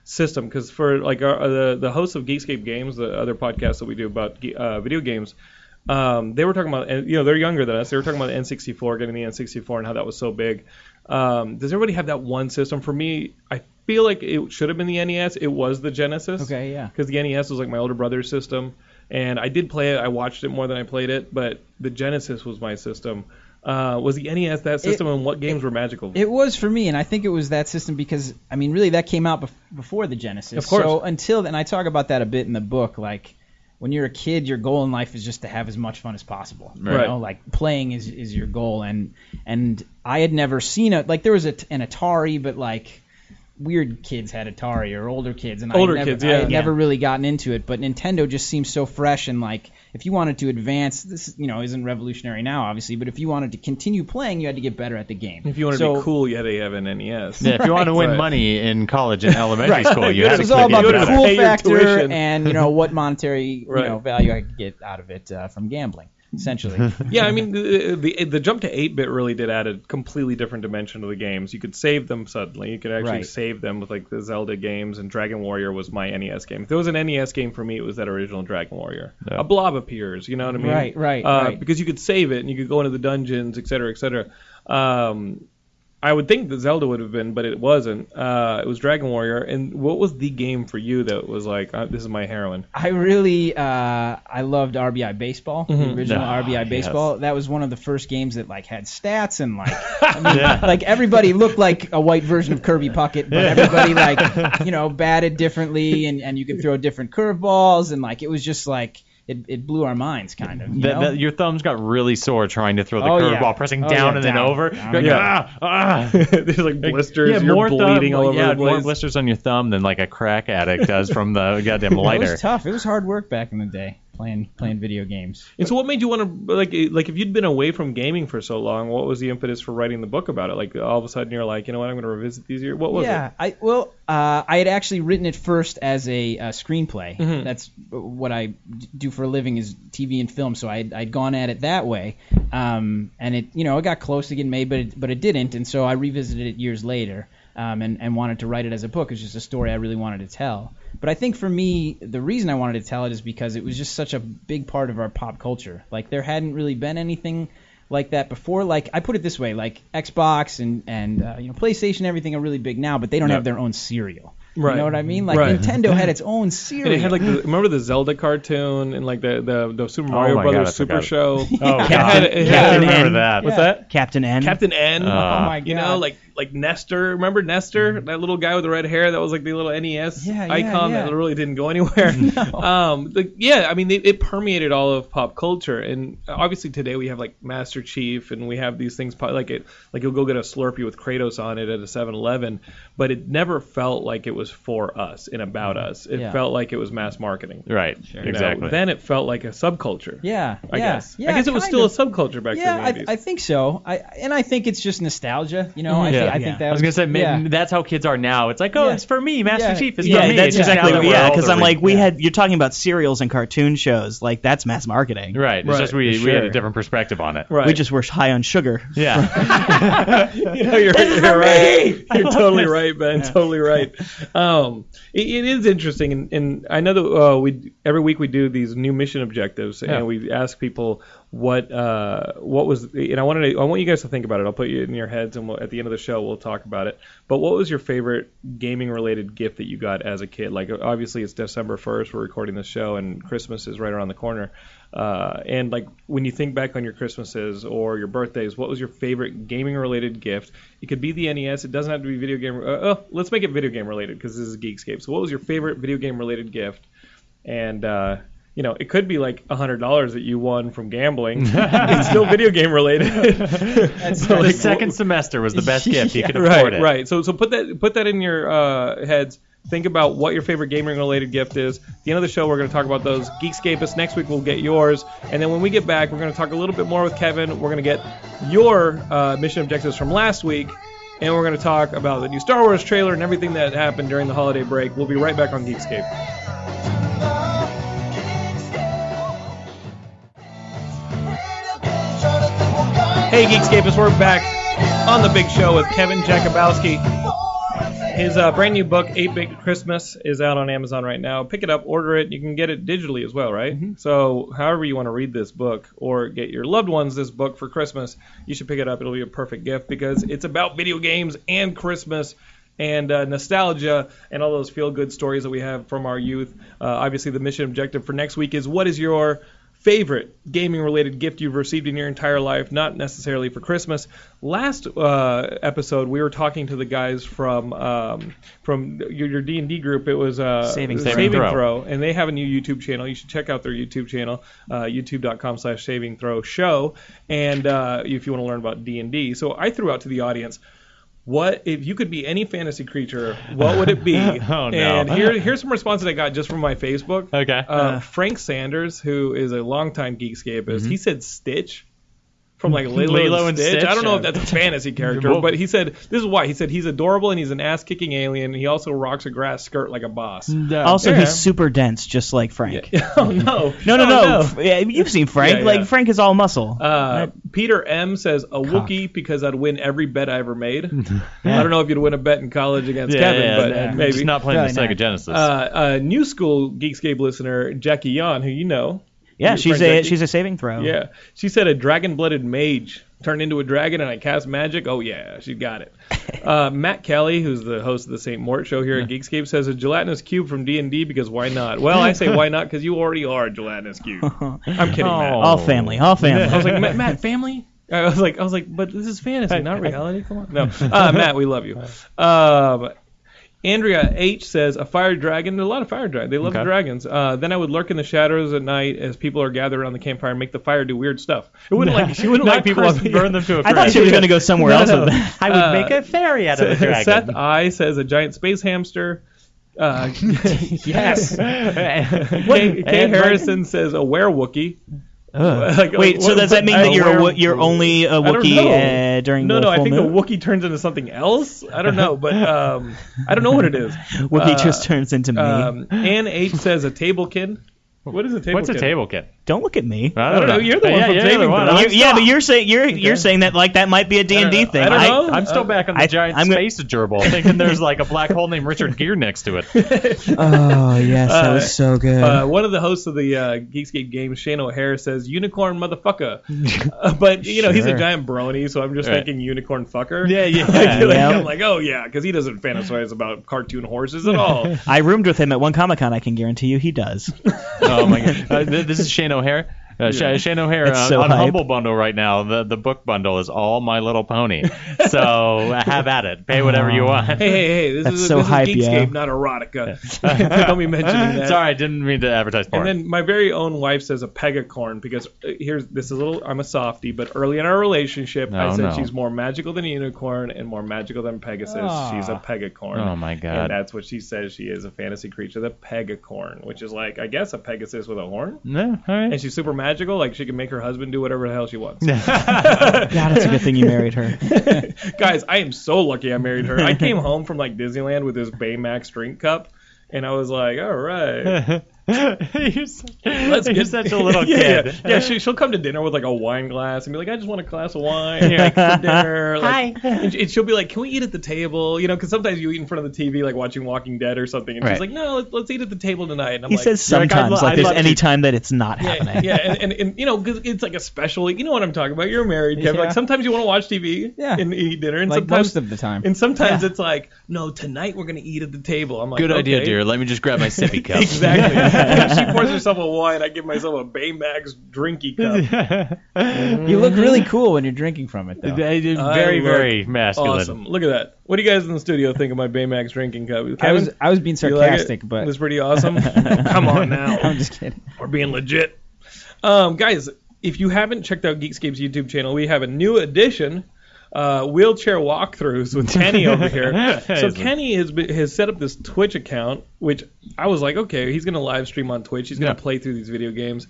[SPEAKER 1] system because for like our, uh, the the hosts of Geekscape Games, the other podcast that we do about ge- uh, video games, um, they were talking about and, you know they're younger than us. They were talking about the N64, getting the N64, and how that was so big. Um, does everybody have that one system? For me, I feel like it should have been the NES. It was the Genesis.
[SPEAKER 4] Okay, yeah.
[SPEAKER 1] Because the NES was like my older brother's system, and I did play it. I watched it more than I played it, but the Genesis was my system. Uh, was the NES that system, and what games were magical?
[SPEAKER 4] It was for me, and I think it was that system because I mean, really, that came out bef- before the Genesis.
[SPEAKER 1] Of course.
[SPEAKER 4] So until then, I talk about that a bit in the book. Like when you're a kid, your goal in life is just to have as much fun as possible. You
[SPEAKER 1] Right.
[SPEAKER 4] know, like playing is is your goal, and and I had never seen it. Like there was a, an Atari, but like weird kids had Atari or older kids, and
[SPEAKER 1] Older
[SPEAKER 4] I had never,
[SPEAKER 1] kids,
[SPEAKER 4] I
[SPEAKER 1] yeah.
[SPEAKER 4] had
[SPEAKER 1] Yeah.
[SPEAKER 4] never really gotten into it. But Nintendo just seems so fresh and like if you wanted to advance, this you know isn't revolutionary now, obviously, but if you wanted to continue playing, you had to get better at the game.
[SPEAKER 1] if you want to
[SPEAKER 4] so,
[SPEAKER 1] be cool, you had to have an E NES.
[SPEAKER 5] Yeah, if you want to win
[SPEAKER 1] Right.
[SPEAKER 5] money in college and elementary school, you
[SPEAKER 1] This
[SPEAKER 5] had
[SPEAKER 4] It
[SPEAKER 5] to
[SPEAKER 4] was
[SPEAKER 1] It's
[SPEAKER 4] all
[SPEAKER 5] click
[SPEAKER 4] about
[SPEAKER 5] it
[SPEAKER 1] you
[SPEAKER 4] the
[SPEAKER 1] gotta
[SPEAKER 5] out.
[SPEAKER 4] cool
[SPEAKER 1] pay your
[SPEAKER 4] factor
[SPEAKER 1] tuition.
[SPEAKER 4] and you know what monetary
[SPEAKER 1] Right.
[SPEAKER 4] you know value I could get out of it uh, from gambling, essentially.
[SPEAKER 1] yeah, I mean the, the the jump to 8-bit really did add a completely different dimension to the games. You could save them suddenly. You could actually
[SPEAKER 4] Right.
[SPEAKER 1] save them with like the Zelda games and Dragon Warrior was my NES game. If there was an NES game for me, it was that original Dragon Warrior. A blob appears, you know what I mean?
[SPEAKER 4] Right, right,
[SPEAKER 1] uh,
[SPEAKER 4] right.
[SPEAKER 1] Because you could save it and you could go into the dungeons, et cetera, et cetera. Um, I would think that Zelda would have been, but it wasn't. Uh, it was Dragon Warrior. And what was the game for you that was like, uh, this is my heroine?
[SPEAKER 4] I really uh, I loved RBI baseball, the original
[SPEAKER 5] Ah,
[SPEAKER 4] RBI
[SPEAKER 5] yes.
[SPEAKER 4] baseball. That was one of the first games that like had stats and like I mean, like everybody looked like a white version of Kirby Puckett, but everybody like you know batted differently and, and you could throw different curveballs and like it was just like it, it blew our minds kind of. You
[SPEAKER 5] That,
[SPEAKER 4] know?
[SPEAKER 5] that, your thumbs got really sore trying to throw the
[SPEAKER 4] Oh,
[SPEAKER 5] curveball,
[SPEAKER 4] yeah.
[SPEAKER 5] pressing
[SPEAKER 4] Oh,
[SPEAKER 5] down
[SPEAKER 4] yeah,
[SPEAKER 5] and then
[SPEAKER 4] down,
[SPEAKER 5] over.
[SPEAKER 4] down.
[SPEAKER 5] You're like,
[SPEAKER 1] Yeah.
[SPEAKER 5] ah, ah.
[SPEAKER 1] There's like blisters.
[SPEAKER 5] yeah,
[SPEAKER 1] you're
[SPEAKER 5] more
[SPEAKER 1] bleeding
[SPEAKER 5] thumb,
[SPEAKER 1] all over
[SPEAKER 5] yeah,
[SPEAKER 1] the place.
[SPEAKER 5] more blisters on your thumb than like a crack addict does from the goddamn
[SPEAKER 4] it
[SPEAKER 5] lighter.
[SPEAKER 4] was tough. It was hard work back in the day playing playing video games.
[SPEAKER 1] And so, what made you want to like eh, like if you'd been away from gaming for so long? What was the impetus for writing the book about it? Like all of a sudden you're like, you know what, I'm going to revisit these years. What was
[SPEAKER 4] yeah,
[SPEAKER 1] it?
[SPEAKER 4] I well, uh, I had actually written it first as a, uh screenplay.
[SPEAKER 1] Mm-hmm.
[SPEAKER 4] That's what I d- do for a living is TV and film. So I had, I'd gone at it that way, um, and it you know it got close to getting made, but it, but it didn't. And so I revisited it years later, um, and and wanted to write it as a book. It's just a story I really wanted to tell. But I think for me, the reason I wanted to tell it is because it was just such a big part of our pop culture. Like there hadn't really been anything like that before. Like I put it this way, like Xbox and and uh, you know PlayStation, everything are really big now, but they don't have their own cereal.
[SPEAKER 1] Right.
[SPEAKER 4] You know what I mean? Like
[SPEAKER 1] Right.
[SPEAKER 4] Nintendo had its own
[SPEAKER 1] And
[SPEAKER 4] cereal.
[SPEAKER 1] it had like the, remember the Zelda cartoon and like the the, the Super Mario
[SPEAKER 5] Oh my God,
[SPEAKER 1] Brothers
[SPEAKER 5] I
[SPEAKER 1] Super
[SPEAKER 5] forgot.
[SPEAKER 1] Show.
[SPEAKER 5] Oh,
[SPEAKER 1] It had- it
[SPEAKER 5] yeah,
[SPEAKER 1] had-
[SPEAKER 5] I
[SPEAKER 3] Captain
[SPEAKER 5] remember
[SPEAKER 3] N.
[SPEAKER 5] that.
[SPEAKER 1] What's
[SPEAKER 4] Yeah.
[SPEAKER 1] that?
[SPEAKER 3] Captain N.
[SPEAKER 1] Captain N.
[SPEAKER 5] Uh,
[SPEAKER 4] oh my god. Mm-hmm.
[SPEAKER 1] you know, like like Nestor. Remember Nestor, that little guy with the red hair that was like the little NES
[SPEAKER 4] Yeah, yeah,
[SPEAKER 1] icon that
[SPEAKER 4] yeah.
[SPEAKER 1] really didn't go anywhere. Um, the, yeah, I mean, it, it permeated all of pop culture, and obviously today we have like Master Chief, and we have these things po- like it, like you'll go get a Slurpee with Kratos on it at a 7-Eleven, but it never felt like it was for us and about us. It
[SPEAKER 4] Mm-hmm. Yeah.
[SPEAKER 1] felt like it was mass marketing.
[SPEAKER 5] Right.
[SPEAKER 1] You know,
[SPEAKER 5] Exactly.
[SPEAKER 1] then it felt like a subculture.
[SPEAKER 4] yeah,
[SPEAKER 1] I
[SPEAKER 4] yeah,
[SPEAKER 1] guess.
[SPEAKER 4] Yeah,
[SPEAKER 1] I guess it was
[SPEAKER 4] kind
[SPEAKER 1] still
[SPEAKER 4] of.
[SPEAKER 1] a subculture back
[SPEAKER 4] Yeah,
[SPEAKER 1] then.
[SPEAKER 4] I, I think so. I and I think it's just nostalgia. You know, I,
[SPEAKER 5] Yeah.
[SPEAKER 4] thi- I
[SPEAKER 3] Yeah.
[SPEAKER 4] think that
[SPEAKER 5] I was gonna say, ma-
[SPEAKER 4] yeah.
[SPEAKER 5] that's how kids are now. It's like, oh,
[SPEAKER 4] Yeah.
[SPEAKER 5] it's for me. Master
[SPEAKER 4] Yeah.
[SPEAKER 5] Chief is
[SPEAKER 3] yeah,
[SPEAKER 5] for me.
[SPEAKER 3] that's
[SPEAKER 5] It's just
[SPEAKER 3] exactly
[SPEAKER 5] now that we're
[SPEAKER 3] yeah. Because
[SPEAKER 5] older,
[SPEAKER 3] I'm
[SPEAKER 5] we-
[SPEAKER 3] like, we
[SPEAKER 4] yeah.
[SPEAKER 3] had you're talking about serials and cartoon shows, like that's mass marketing.
[SPEAKER 5] right. It's
[SPEAKER 1] Right,
[SPEAKER 5] just we, we had a
[SPEAKER 1] sure.
[SPEAKER 5] different perspective on it.
[SPEAKER 1] right.
[SPEAKER 3] We just were high on sugar.
[SPEAKER 5] Yeah.
[SPEAKER 1] you know, you're, you're right. You're totally right, Ben. Totally right. Um, it, it is interesting, and, and I know that uh, we every week we do these new mission objectives,
[SPEAKER 5] Yeah.
[SPEAKER 1] and we ask people what uh, what was, and I wanted to, I want you guys to think about it. I'll put you in your heads, and we'll, at the end of the show we'll talk about it. But what was your favorite gaming related gift that you got as a kid? Like obviously it's December first, we're recording the show, and Christmas is right around the corner. Uh, and like when you think back on your Christmases or your birthdays, what was your favorite gaming related gift? It could be the NES. It doesn't have to be video game. Uh, oh, let's make it video game related because this is Geekscape. So what was your favorite video game related gift? And uh, you know, it could be like a hundred dollars that you won from gambling. it's still video game related.
[SPEAKER 5] So the second semester was the best gift you could
[SPEAKER 1] right,
[SPEAKER 5] afford it.
[SPEAKER 1] right. So so put that put that in your uh, heads. Think about what your favorite gaming related gift is. At the end of the show, we're going to talk about those. Geekscapists, next week we'll get yours. And then when we get back, we're going to talk a little bit more with Kevin. We're going to get your uh, mission objectives from last week. And we're going to talk about the new Star Wars trailer and everything that happened during the holiday break. We'll be right back on Geekscape. Hey, Geekscapists, we're back on the big show with Kevin Jakubowski. His uh, brand new book, 8 Bit Christmas, is out on Amazon right now. Pick it up, order it. You can get it digitally as well, right? So, however you want to read this book or get your loved ones this book for Christmas, you should pick it up. It'll be a perfect gift because it's about video games and Christmas and uh, nostalgia and all those feel good stories that we have from our youth. Uh, obviously, the mission objective for next week is what is your favorite gaming related gift you've received in your entire life, not necessarily for Christmas. Last uh, episode, we were talking to the guys from um, from your your D and D group. It was uh,
[SPEAKER 3] Saving
[SPEAKER 1] Saving,
[SPEAKER 3] Throw.
[SPEAKER 1] throw. and they have a new YouTube channel. You should check out their YouTube channel, uh, YouTube.com/slash Saving Throw Show, and uh, if you want to learn about D and D. So I threw out to the audience. What if you could be any fantasy creature? What would it be?
[SPEAKER 5] Oh, no.
[SPEAKER 1] And here, here's some responses I got just from my Facebook.
[SPEAKER 5] Okay.
[SPEAKER 1] Uh, Frank Sanders, who is a longtime Geekscapist, he said Stitch from like Lilo,
[SPEAKER 5] Lilo
[SPEAKER 1] and,
[SPEAKER 5] and
[SPEAKER 1] Stitch.
[SPEAKER 5] Stitch?
[SPEAKER 1] I don't know if
[SPEAKER 5] Yeah.
[SPEAKER 1] that's a fantasy character,
[SPEAKER 5] Well-
[SPEAKER 1] but he said this is why. He said he's adorable and he's an ass-kicking alien. And he also rocks a grass skirt like a boss.
[SPEAKER 4] Mm.
[SPEAKER 3] Also,
[SPEAKER 1] yeah.
[SPEAKER 3] he's super dense, just like Frank.
[SPEAKER 1] oh no!
[SPEAKER 3] No, no,
[SPEAKER 1] Oh,
[SPEAKER 3] no. F- yeah, you've seen Frank.
[SPEAKER 1] Yeah, yeah.
[SPEAKER 3] Like Frank is all muscle.
[SPEAKER 1] Uh, Peter M says a Wookiee because I'd win every bet I ever made. I don't know if you'd win a bet in college against
[SPEAKER 5] Yeah,
[SPEAKER 1] Kevin,
[SPEAKER 5] yeah,
[SPEAKER 1] but
[SPEAKER 5] yeah.
[SPEAKER 1] maybe
[SPEAKER 5] Just not playing the
[SPEAKER 4] Probably
[SPEAKER 5] Sega Genesis.
[SPEAKER 1] Uh, uh, new school Geekscape listener Jackie Yon, who you know,
[SPEAKER 3] Yeah,
[SPEAKER 1] Frank
[SPEAKER 3] she's a
[SPEAKER 1] Becky?
[SPEAKER 3] she's a saving throw.
[SPEAKER 1] Yeah, she said a dragon-blooded mage turned into a dragon, and I cast magic. Oh yeah, she got it. uh, Matt Kelly, who's the host of the St. Mort show here at Geekscape, says a gelatinous cube from D and D because why not? Well, I say why not because you already are a gelatinous cube. I'm kidding,
[SPEAKER 5] oh.
[SPEAKER 1] Matt.
[SPEAKER 3] All family, all family.
[SPEAKER 1] I was like, Matt, Matt, family. I was like, I was like, but this is fantasy, not reality. Come on, no, uh, Matt, we love you. Um, Andrea H says a fire dragon. There's a lot of fire dragons. They love
[SPEAKER 5] Okay.
[SPEAKER 1] dragons. Uh, then I would lurk in the shadows at night as people are gathered around the campfire and make the fire do weird stuff. It wouldn't like she wouldn't
[SPEAKER 5] Not
[SPEAKER 1] like people
[SPEAKER 5] crisp, burn them to a
[SPEAKER 3] I thought
[SPEAKER 5] crisp.
[SPEAKER 3] she was gonna go somewhere else with that.
[SPEAKER 2] I would
[SPEAKER 1] Uh,
[SPEAKER 2] make a fairy out of a dragon.
[SPEAKER 1] Seth I says a giant space hamster. Uh,
[SPEAKER 4] Yes.
[SPEAKER 1] K, K Harrison says a werewookie. Like,
[SPEAKER 3] Wait, so
[SPEAKER 1] what-
[SPEAKER 3] does that mean
[SPEAKER 1] I-
[SPEAKER 3] that you're a,
[SPEAKER 1] were-
[SPEAKER 3] wo- you're only
[SPEAKER 1] I
[SPEAKER 3] a
[SPEAKER 1] don't
[SPEAKER 3] Wookiee
[SPEAKER 1] know.
[SPEAKER 3] uh, during
[SPEAKER 1] no,
[SPEAKER 3] the
[SPEAKER 1] no,
[SPEAKER 3] full
[SPEAKER 1] I think
[SPEAKER 3] moon?
[SPEAKER 1] the Wookiee turns into something else. I don't know, but um, I don't know what it is.
[SPEAKER 3] Wookiee
[SPEAKER 1] uh,
[SPEAKER 3] just turns into me.
[SPEAKER 1] Um, Anne H says a tablekin. What is a tablekin?
[SPEAKER 5] What's a table kit?
[SPEAKER 3] don't look at me.
[SPEAKER 5] I Uh,
[SPEAKER 1] don't know. You're the one
[SPEAKER 5] yeah,
[SPEAKER 1] from
[SPEAKER 5] you're
[SPEAKER 1] Saving
[SPEAKER 5] the one.
[SPEAKER 1] Throw.
[SPEAKER 5] I'm
[SPEAKER 3] You-
[SPEAKER 5] still-
[SPEAKER 3] yeah, but you're saying you're you're saying that like that might be a D and D
[SPEAKER 1] know.
[SPEAKER 3] thing.
[SPEAKER 1] I don't know.
[SPEAKER 5] I'm still
[SPEAKER 1] Uh,
[SPEAKER 5] back on the
[SPEAKER 3] I-
[SPEAKER 5] giant
[SPEAKER 3] I'm gonna-
[SPEAKER 5] space gerbil, thinking there's like a black hole named Richard Gere next to it.
[SPEAKER 3] oh yes, that
[SPEAKER 1] Uh,
[SPEAKER 3] was so good.
[SPEAKER 1] Uh, one of the hosts of the uh, Geekscape games, Shane O'Hare, says unicorn motherfucker. Uh, but you know he's a
[SPEAKER 3] Sure.
[SPEAKER 1] giant brony, so I'm just
[SPEAKER 5] Right.
[SPEAKER 1] thinking unicorn fucker.
[SPEAKER 5] Yeah, yeah,
[SPEAKER 1] Like, like,
[SPEAKER 3] yeah.
[SPEAKER 1] I'm like, oh yeah, because he doesn't fantasize about cartoon horses at all.
[SPEAKER 3] I roomed with him at one Comic Con. I can guarantee you he does.
[SPEAKER 5] oh my god. Uh, th- this is Shane O'Hare. Uh, Sh-
[SPEAKER 1] Yeah.
[SPEAKER 5] Shane O'Hare
[SPEAKER 3] That's
[SPEAKER 5] on,
[SPEAKER 3] so
[SPEAKER 5] on
[SPEAKER 3] hype.
[SPEAKER 5] Humble Bundle right now. The the book bundle is all My Little Pony. So uh, have at it. Pay whatever you want.
[SPEAKER 1] Hey, hey, hey! This
[SPEAKER 3] That's
[SPEAKER 1] is
[SPEAKER 3] so
[SPEAKER 1] this
[SPEAKER 3] hype,
[SPEAKER 1] is
[SPEAKER 3] yeah.
[SPEAKER 1] Geekscape, not erotica. Don't be mentioning that.
[SPEAKER 5] Sorry, I didn't mean to advertise
[SPEAKER 1] And
[SPEAKER 5] porn.
[SPEAKER 1] then my very own wife says a pegacorn because uh, here's this is a little I'm a softie, but early in our relationship I
[SPEAKER 5] Oh,
[SPEAKER 1] said
[SPEAKER 5] no.
[SPEAKER 1] she's more magical than a unicorn and more magical than Pegasus.
[SPEAKER 4] Ah.
[SPEAKER 1] She's a pegacorn.
[SPEAKER 5] Oh, my God.
[SPEAKER 1] And that's what she says she is a fantasy creature, the pegacorn, which is like I guess a Pegasus with a horn.
[SPEAKER 5] no, all
[SPEAKER 1] And
[SPEAKER 5] right.
[SPEAKER 1] she's super magical, like she can make her husband do whatever the hell she wants.
[SPEAKER 3] God, it's a good thing you married her.
[SPEAKER 1] Guys, I am so lucky I married her. I came home from like Disneyland with this Baymax drink cup and I was like, All right.
[SPEAKER 5] you're such, you're
[SPEAKER 1] get-
[SPEAKER 5] such a little
[SPEAKER 1] yeah,
[SPEAKER 5] kid.
[SPEAKER 1] Yeah, yeah. she, she'll come to dinner with like a wine glass and be like, "I just want a glass of wine like, for dinner." Like, Hi. And, she- and she'll be like, "Can we eat at the table?" You know, because sometimes you eat in front of the TV, like watching Walking Dead or something, and she's
[SPEAKER 5] Right.
[SPEAKER 1] like, "No, let's, let's eat at the table tonight." And I'm
[SPEAKER 3] He
[SPEAKER 1] like,
[SPEAKER 3] says
[SPEAKER 5] You're like, I'd
[SPEAKER 3] sometimes like,
[SPEAKER 5] lo- I'd
[SPEAKER 3] there's
[SPEAKER 5] love
[SPEAKER 3] any
[SPEAKER 5] to-
[SPEAKER 3] time that it's not
[SPEAKER 1] yeah,
[SPEAKER 3] happening.
[SPEAKER 1] yeah, and, and, and you know, 'cause it's like a special. You know what I'm talking about? You're married, Kevin. Like
[SPEAKER 4] Yeah.
[SPEAKER 1] sometimes you want to watch TV
[SPEAKER 4] Yeah.
[SPEAKER 1] and eat dinner, and
[SPEAKER 4] Like
[SPEAKER 1] sometimes
[SPEAKER 4] most of the time.
[SPEAKER 1] and sometimes it's like, "No, tonight we're gonna eat at the table." I'm like,
[SPEAKER 5] Good idea,
[SPEAKER 1] okay.
[SPEAKER 5] dear. Let me just grab my sippy cup.
[SPEAKER 1] Exactly. she pours herself a wine. I give myself a Baymax drinky cup.
[SPEAKER 4] You
[SPEAKER 1] Mhm.
[SPEAKER 4] look really cool when you're drinking from it, though.
[SPEAKER 5] They did
[SPEAKER 1] I
[SPEAKER 5] very,
[SPEAKER 1] look
[SPEAKER 5] very masculine.
[SPEAKER 1] Awesome. Look at that. What do you guys in the studio think of my Baymax drinking cup? Kevin,
[SPEAKER 4] I was I was being
[SPEAKER 1] do you like it?
[SPEAKER 4] sarcastic, but
[SPEAKER 1] It's pretty awesome. Come on now.
[SPEAKER 4] I'm just kidding.
[SPEAKER 1] We're being legit. Um, guys, if you haven't checked out Geekscape's YouTube channel, we have a new edition. Uh, wheelchair walkthroughs with Kenny over here. so
[SPEAKER 5] Isn't-
[SPEAKER 1] Kenny has been, has set up this Twitch account, which I was like, okay, he's gonna live stream on Twitch. He's gonna
[SPEAKER 5] Yeah.
[SPEAKER 1] play through these video games.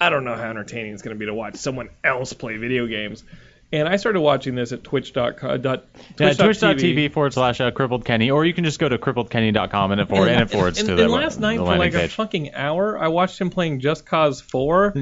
[SPEAKER 1] I don't know how entertaining it's gonna be to watch someone else play video games. And I started watching this at twitch.com. Dot,
[SPEAKER 5] Yeah,
[SPEAKER 1] twitch.tv.
[SPEAKER 5] twitch.tv forward slash uh, crippled Kenny, or you can just go to crippledkenny.com and it, for, and it forwards
[SPEAKER 1] and,
[SPEAKER 5] to
[SPEAKER 1] and
[SPEAKER 5] the,
[SPEAKER 1] last night
[SPEAKER 5] the
[SPEAKER 1] for like
[SPEAKER 5] landing
[SPEAKER 1] a
[SPEAKER 5] page.
[SPEAKER 1] fucking hour, I watched him playing Just Cause 4,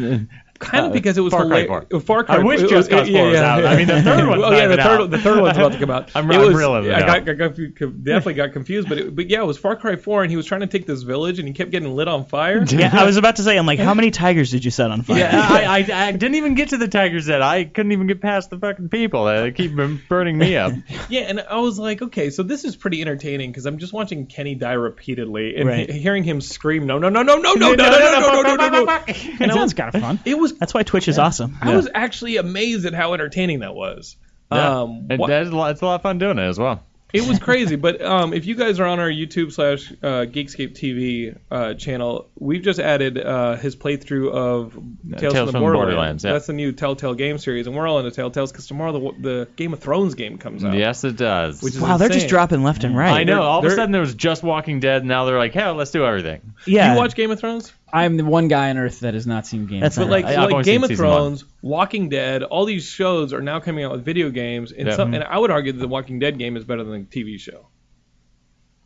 [SPEAKER 1] kind of
[SPEAKER 5] Uh,
[SPEAKER 1] because it was
[SPEAKER 5] Far Cry
[SPEAKER 1] hilarious.
[SPEAKER 5] 4.
[SPEAKER 1] Far Cry.
[SPEAKER 5] I wish
[SPEAKER 1] it
[SPEAKER 5] Just Cause 4 was out. I mean, the third one's
[SPEAKER 1] Well,
[SPEAKER 5] not
[SPEAKER 1] yeah, the
[SPEAKER 5] even
[SPEAKER 1] third,
[SPEAKER 5] out.
[SPEAKER 1] the third one's about to come out.
[SPEAKER 5] I'm-
[SPEAKER 1] It
[SPEAKER 5] I'm
[SPEAKER 1] was-
[SPEAKER 5] reeling it
[SPEAKER 1] I got,
[SPEAKER 5] out.
[SPEAKER 1] I got- definitely got confused, but it, but yeah, it was Far Cry 4, and he was trying to take this village, and he kept getting lit on fire.
[SPEAKER 3] Yeah, I was about to say, I'm like, how many tigers did you set on fire?
[SPEAKER 5] yeah, I, I, I didn't even get to the tiger's head. I couldn't even get past the fucking people. They keep burning me up.
[SPEAKER 1] Yeah, and I was like, okay, so this is pretty entertaining because I'm just watching Kenny die repeatedly and
[SPEAKER 3] Right.
[SPEAKER 1] he- hearing him scream, no, no, no, no, no, no, no, no, no, no, no, no, no.
[SPEAKER 4] It sounds kind of fun.
[SPEAKER 1] It was.
[SPEAKER 3] That's why Twitch is awesome.
[SPEAKER 1] I was actually amazed at how entertaining that was.
[SPEAKER 5] Yeah.
[SPEAKER 1] Um,
[SPEAKER 5] It-
[SPEAKER 1] wha-
[SPEAKER 5] that is a lot, it's a lot of fun doing it as well.
[SPEAKER 1] it was crazy. But um, if you guys are on our YouTube slash uh, Geekscape TV uh, channel, we've just added uh, his playthrough
[SPEAKER 5] Uh,
[SPEAKER 1] of Tales, from the Borderlands.
[SPEAKER 5] yeah.
[SPEAKER 1] That's the new Telltale game series, and we're all into Telltales because tomorrow the, the Game of Thrones game comes out.
[SPEAKER 5] Yes, it does.
[SPEAKER 1] Which is
[SPEAKER 3] Wow, they're
[SPEAKER 1] insane.
[SPEAKER 3] just dropping left and right.
[SPEAKER 5] I know. All of
[SPEAKER 1] they're-
[SPEAKER 5] a sudden, there was just Walking Dead. and Now they're like, "Hell, let's do everything."
[SPEAKER 1] Do
[SPEAKER 3] Yeah.
[SPEAKER 1] you watch Game of Thrones?
[SPEAKER 4] I'm the one guy on Earth that has not seen Game.
[SPEAKER 3] That's
[SPEAKER 4] of
[SPEAKER 1] But
[SPEAKER 3] not
[SPEAKER 1] like,
[SPEAKER 4] Thrones.
[SPEAKER 5] I- I've
[SPEAKER 1] like
[SPEAKER 5] only
[SPEAKER 1] Game
[SPEAKER 5] seen
[SPEAKER 1] of
[SPEAKER 5] season one.
[SPEAKER 1] Thrones, Walking Dead, all these shows are now coming out with video games, and
[SPEAKER 5] Yeah.
[SPEAKER 1] some, and I would argue that the Walking Dead game is better than the TV show.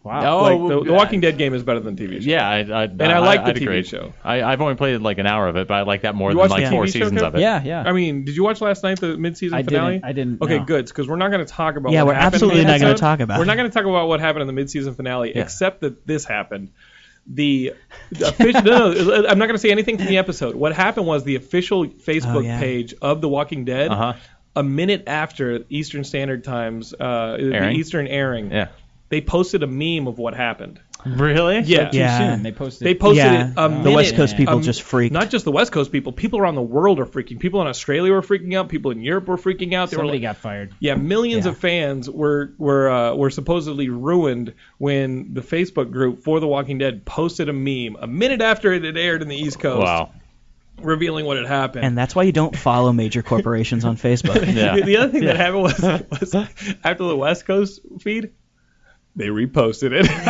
[SPEAKER 4] wow.
[SPEAKER 1] like the, the Walking Dead game is better than the TV show.
[SPEAKER 5] Yeah, I, I and
[SPEAKER 1] I like the
[SPEAKER 5] I'd
[SPEAKER 1] TV
[SPEAKER 5] agree.
[SPEAKER 1] show.
[SPEAKER 5] I, I've only played like an hour of it, but I like that more
[SPEAKER 1] You
[SPEAKER 5] than
[SPEAKER 1] watched
[SPEAKER 5] like
[SPEAKER 1] the
[SPEAKER 5] four
[SPEAKER 1] TV show,
[SPEAKER 5] seasons
[SPEAKER 1] Kev?
[SPEAKER 5] of it.
[SPEAKER 4] Yeah, yeah.
[SPEAKER 1] I mean, did you watch last night the mid-season
[SPEAKER 4] I
[SPEAKER 1] finale?
[SPEAKER 4] didn't. I didn't.
[SPEAKER 1] Okay,
[SPEAKER 4] no.
[SPEAKER 1] good, because we're not going to talk about.
[SPEAKER 3] Yeah,
[SPEAKER 1] what
[SPEAKER 3] we're
[SPEAKER 1] happened in
[SPEAKER 3] absolutely
[SPEAKER 1] the
[SPEAKER 3] not gonna
[SPEAKER 1] episode.
[SPEAKER 3] talk about
[SPEAKER 1] We're
[SPEAKER 3] it.
[SPEAKER 1] not going to talk about what happened in the midseason finale, except that this happened. the, the official. no, no, I'm not going to say anything from the episode. What happened was the official Facebook
[SPEAKER 3] Oh, yeah.
[SPEAKER 1] page of The Walking Dead.
[SPEAKER 5] Uh-huh.
[SPEAKER 1] A minute after Eastern Standard Time's uh, the
[SPEAKER 5] Airing?
[SPEAKER 1] Eastern airing,
[SPEAKER 5] Yeah.
[SPEAKER 1] they posted a meme of what happened.
[SPEAKER 5] Really?
[SPEAKER 1] Yeah,
[SPEAKER 4] Too
[SPEAKER 3] Yeah.
[SPEAKER 4] soon. They posted.
[SPEAKER 1] they posted
[SPEAKER 3] Yeah,
[SPEAKER 1] it. A
[SPEAKER 3] the
[SPEAKER 1] minute-
[SPEAKER 3] West Coast people
[SPEAKER 1] um,
[SPEAKER 3] just freaked.
[SPEAKER 1] Not just the West Coast people. People around the world are freaking. People in Australia were freaking out. People in Europe were freaking out. They were
[SPEAKER 4] Somebody
[SPEAKER 1] like,
[SPEAKER 4] got fired.
[SPEAKER 1] yeah, millions
[SPEAKER 4] Yeah.
[SPEAKER 1] of fans were were uh, were supposedly ruined when the Facebook group for The Walking Dead posted a meme a minute after it had aired in the East Coast,
[SPEAKER 5] Wow.
[SPEAKER 1] revealing what had happened.
[SPEAKER 3] and that's why you don't follow major corporations on Facebook.
[SPEAKER 5] Yeah.
[SPEAKER 1] The, the other thing that happened was, was after the West Coast feed, they reposted it.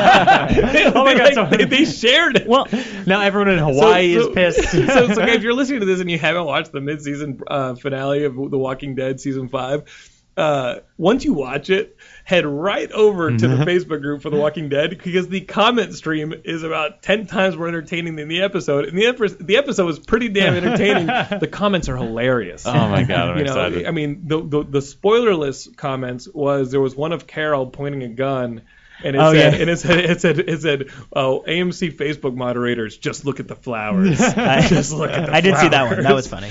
[SPEAKER 1] oh
[SPEAKER 5] my God, someone-
[SPEAKER 1] they, they shared it.
[SPEAKER 5] Well, now everyone in Hawaii
[SPEAKER 1] So- so-
[SPEAKER 5] is pissed.
[SPEAKER 1] so, so if you're listening to this and you haven't watched the mid-season uh, finale of The Walking Dead season five, uh, once you watch it, head right over to the
[SPEAKER 5] Mm-hmm.
[SPEAKER 1] Facebook group for The Walking Dead because the comment stream is about ten times more entertaining than the episode, and the epi- the episode was pretty damn entertaining. the comments are hilarious.
[SPEAKER 5] oh my god, I'm
[SPEAKER 1] You know,
[SPEAKER 5] excited.
[SPEAKER 1] I mean, the, the the spoilerless comments was there was one of Carol pointing a gun, and it
[SPEAKER 3] Oh,
[SPEAKER 1] said,
[SPEAKER 3] yeah.
[SPEAKER 1] and it said, it said, it said, oh, AMC Facebook moderators, just look at the flowers. just look at the
[SPEAKER 3] I did see that
[SPEAKER 1] flowers.
[SPEAKER 3] one. That was funny.